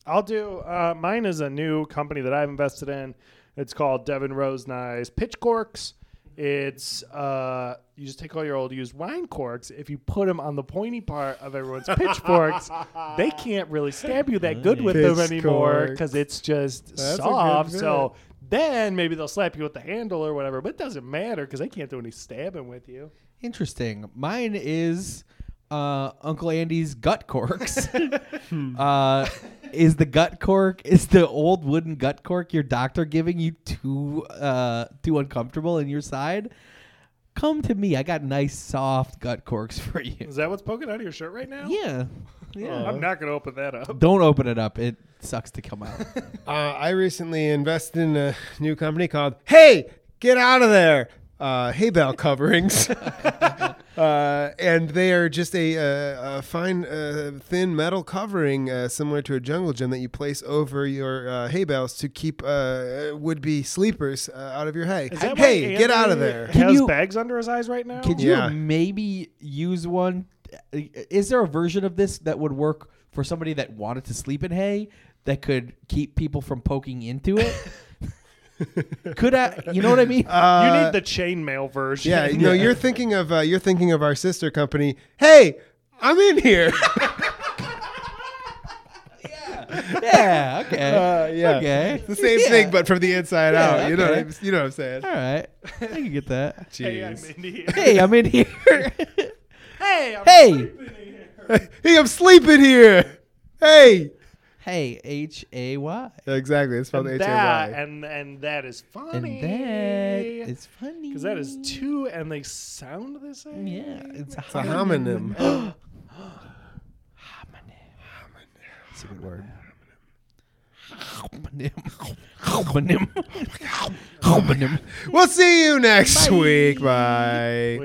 I'll do. Uh, mine is a new company that I've invested in. It's called Devin Rose Nice Pitchforks. It's uh, you just take all your old used wine corks. If you put them on the pointy part of everyone's pitchforks, they can't really stab you that good with them anymore Pitchforks. because it's just That's a good soft. So bit. then maybe they'll slap you with the handle or whatever, but it doesn't matter because they can't do any stabbing with you. Interesting. Mine is uh, Uncle Andy's gut corks. uh, is the gut cork? Is the old wooden gut cork your doctor giving you too uh, too uncomfortable in your side? Come to me. I got nice soft gut corks for you. Is that what's poking out of your shirt right now? Yeah, yeah. Uh-huh. I'm not gonna open that up. Don't open it up. It sucks to come out. Uh, I recently invested in a new company called Hey, get out of there. Uh, hay bale coverings, uh, and they are just a, uh, a fine, uh, thin metal covering uh, similar to a jungle gym that you place over your uh, hay bales to keep uh, would-be sleepers uh, out of your hay. Is that hey, why get out Andy of there! Can has you- bags under his eyes right now. Could you Yeah. maybe use one? Is there a version of this that would work for somebody that wanted to sleep in hay that could keep people from poking into it? could I? You know what I mean? you Uh, need the chainmail version. yeah, no, you're thinking of uh, you're thinking of our sister company. Hey, I'm in here. yeah. Okay. Uh, yeah. Okay. the same Yeah. thing, but from the inside Yeah, out. You know, what okay. I'm, you know what I'm saying? All right. I can get that. Hey, I'm Jeez. in here. Hey, I'm in here. Hey, I'm Hey. sleeping here. hey, I'm sleeping here. Hey. hey, H A Y. Exactly. It's spelled H A That Y. and and that is funny. And that is funny. because that is two, and they sound the same. Yeah, it's a It's a homonym. That's a good word. Homonym. Homonym. Homonym. We'll see you next week. Bye.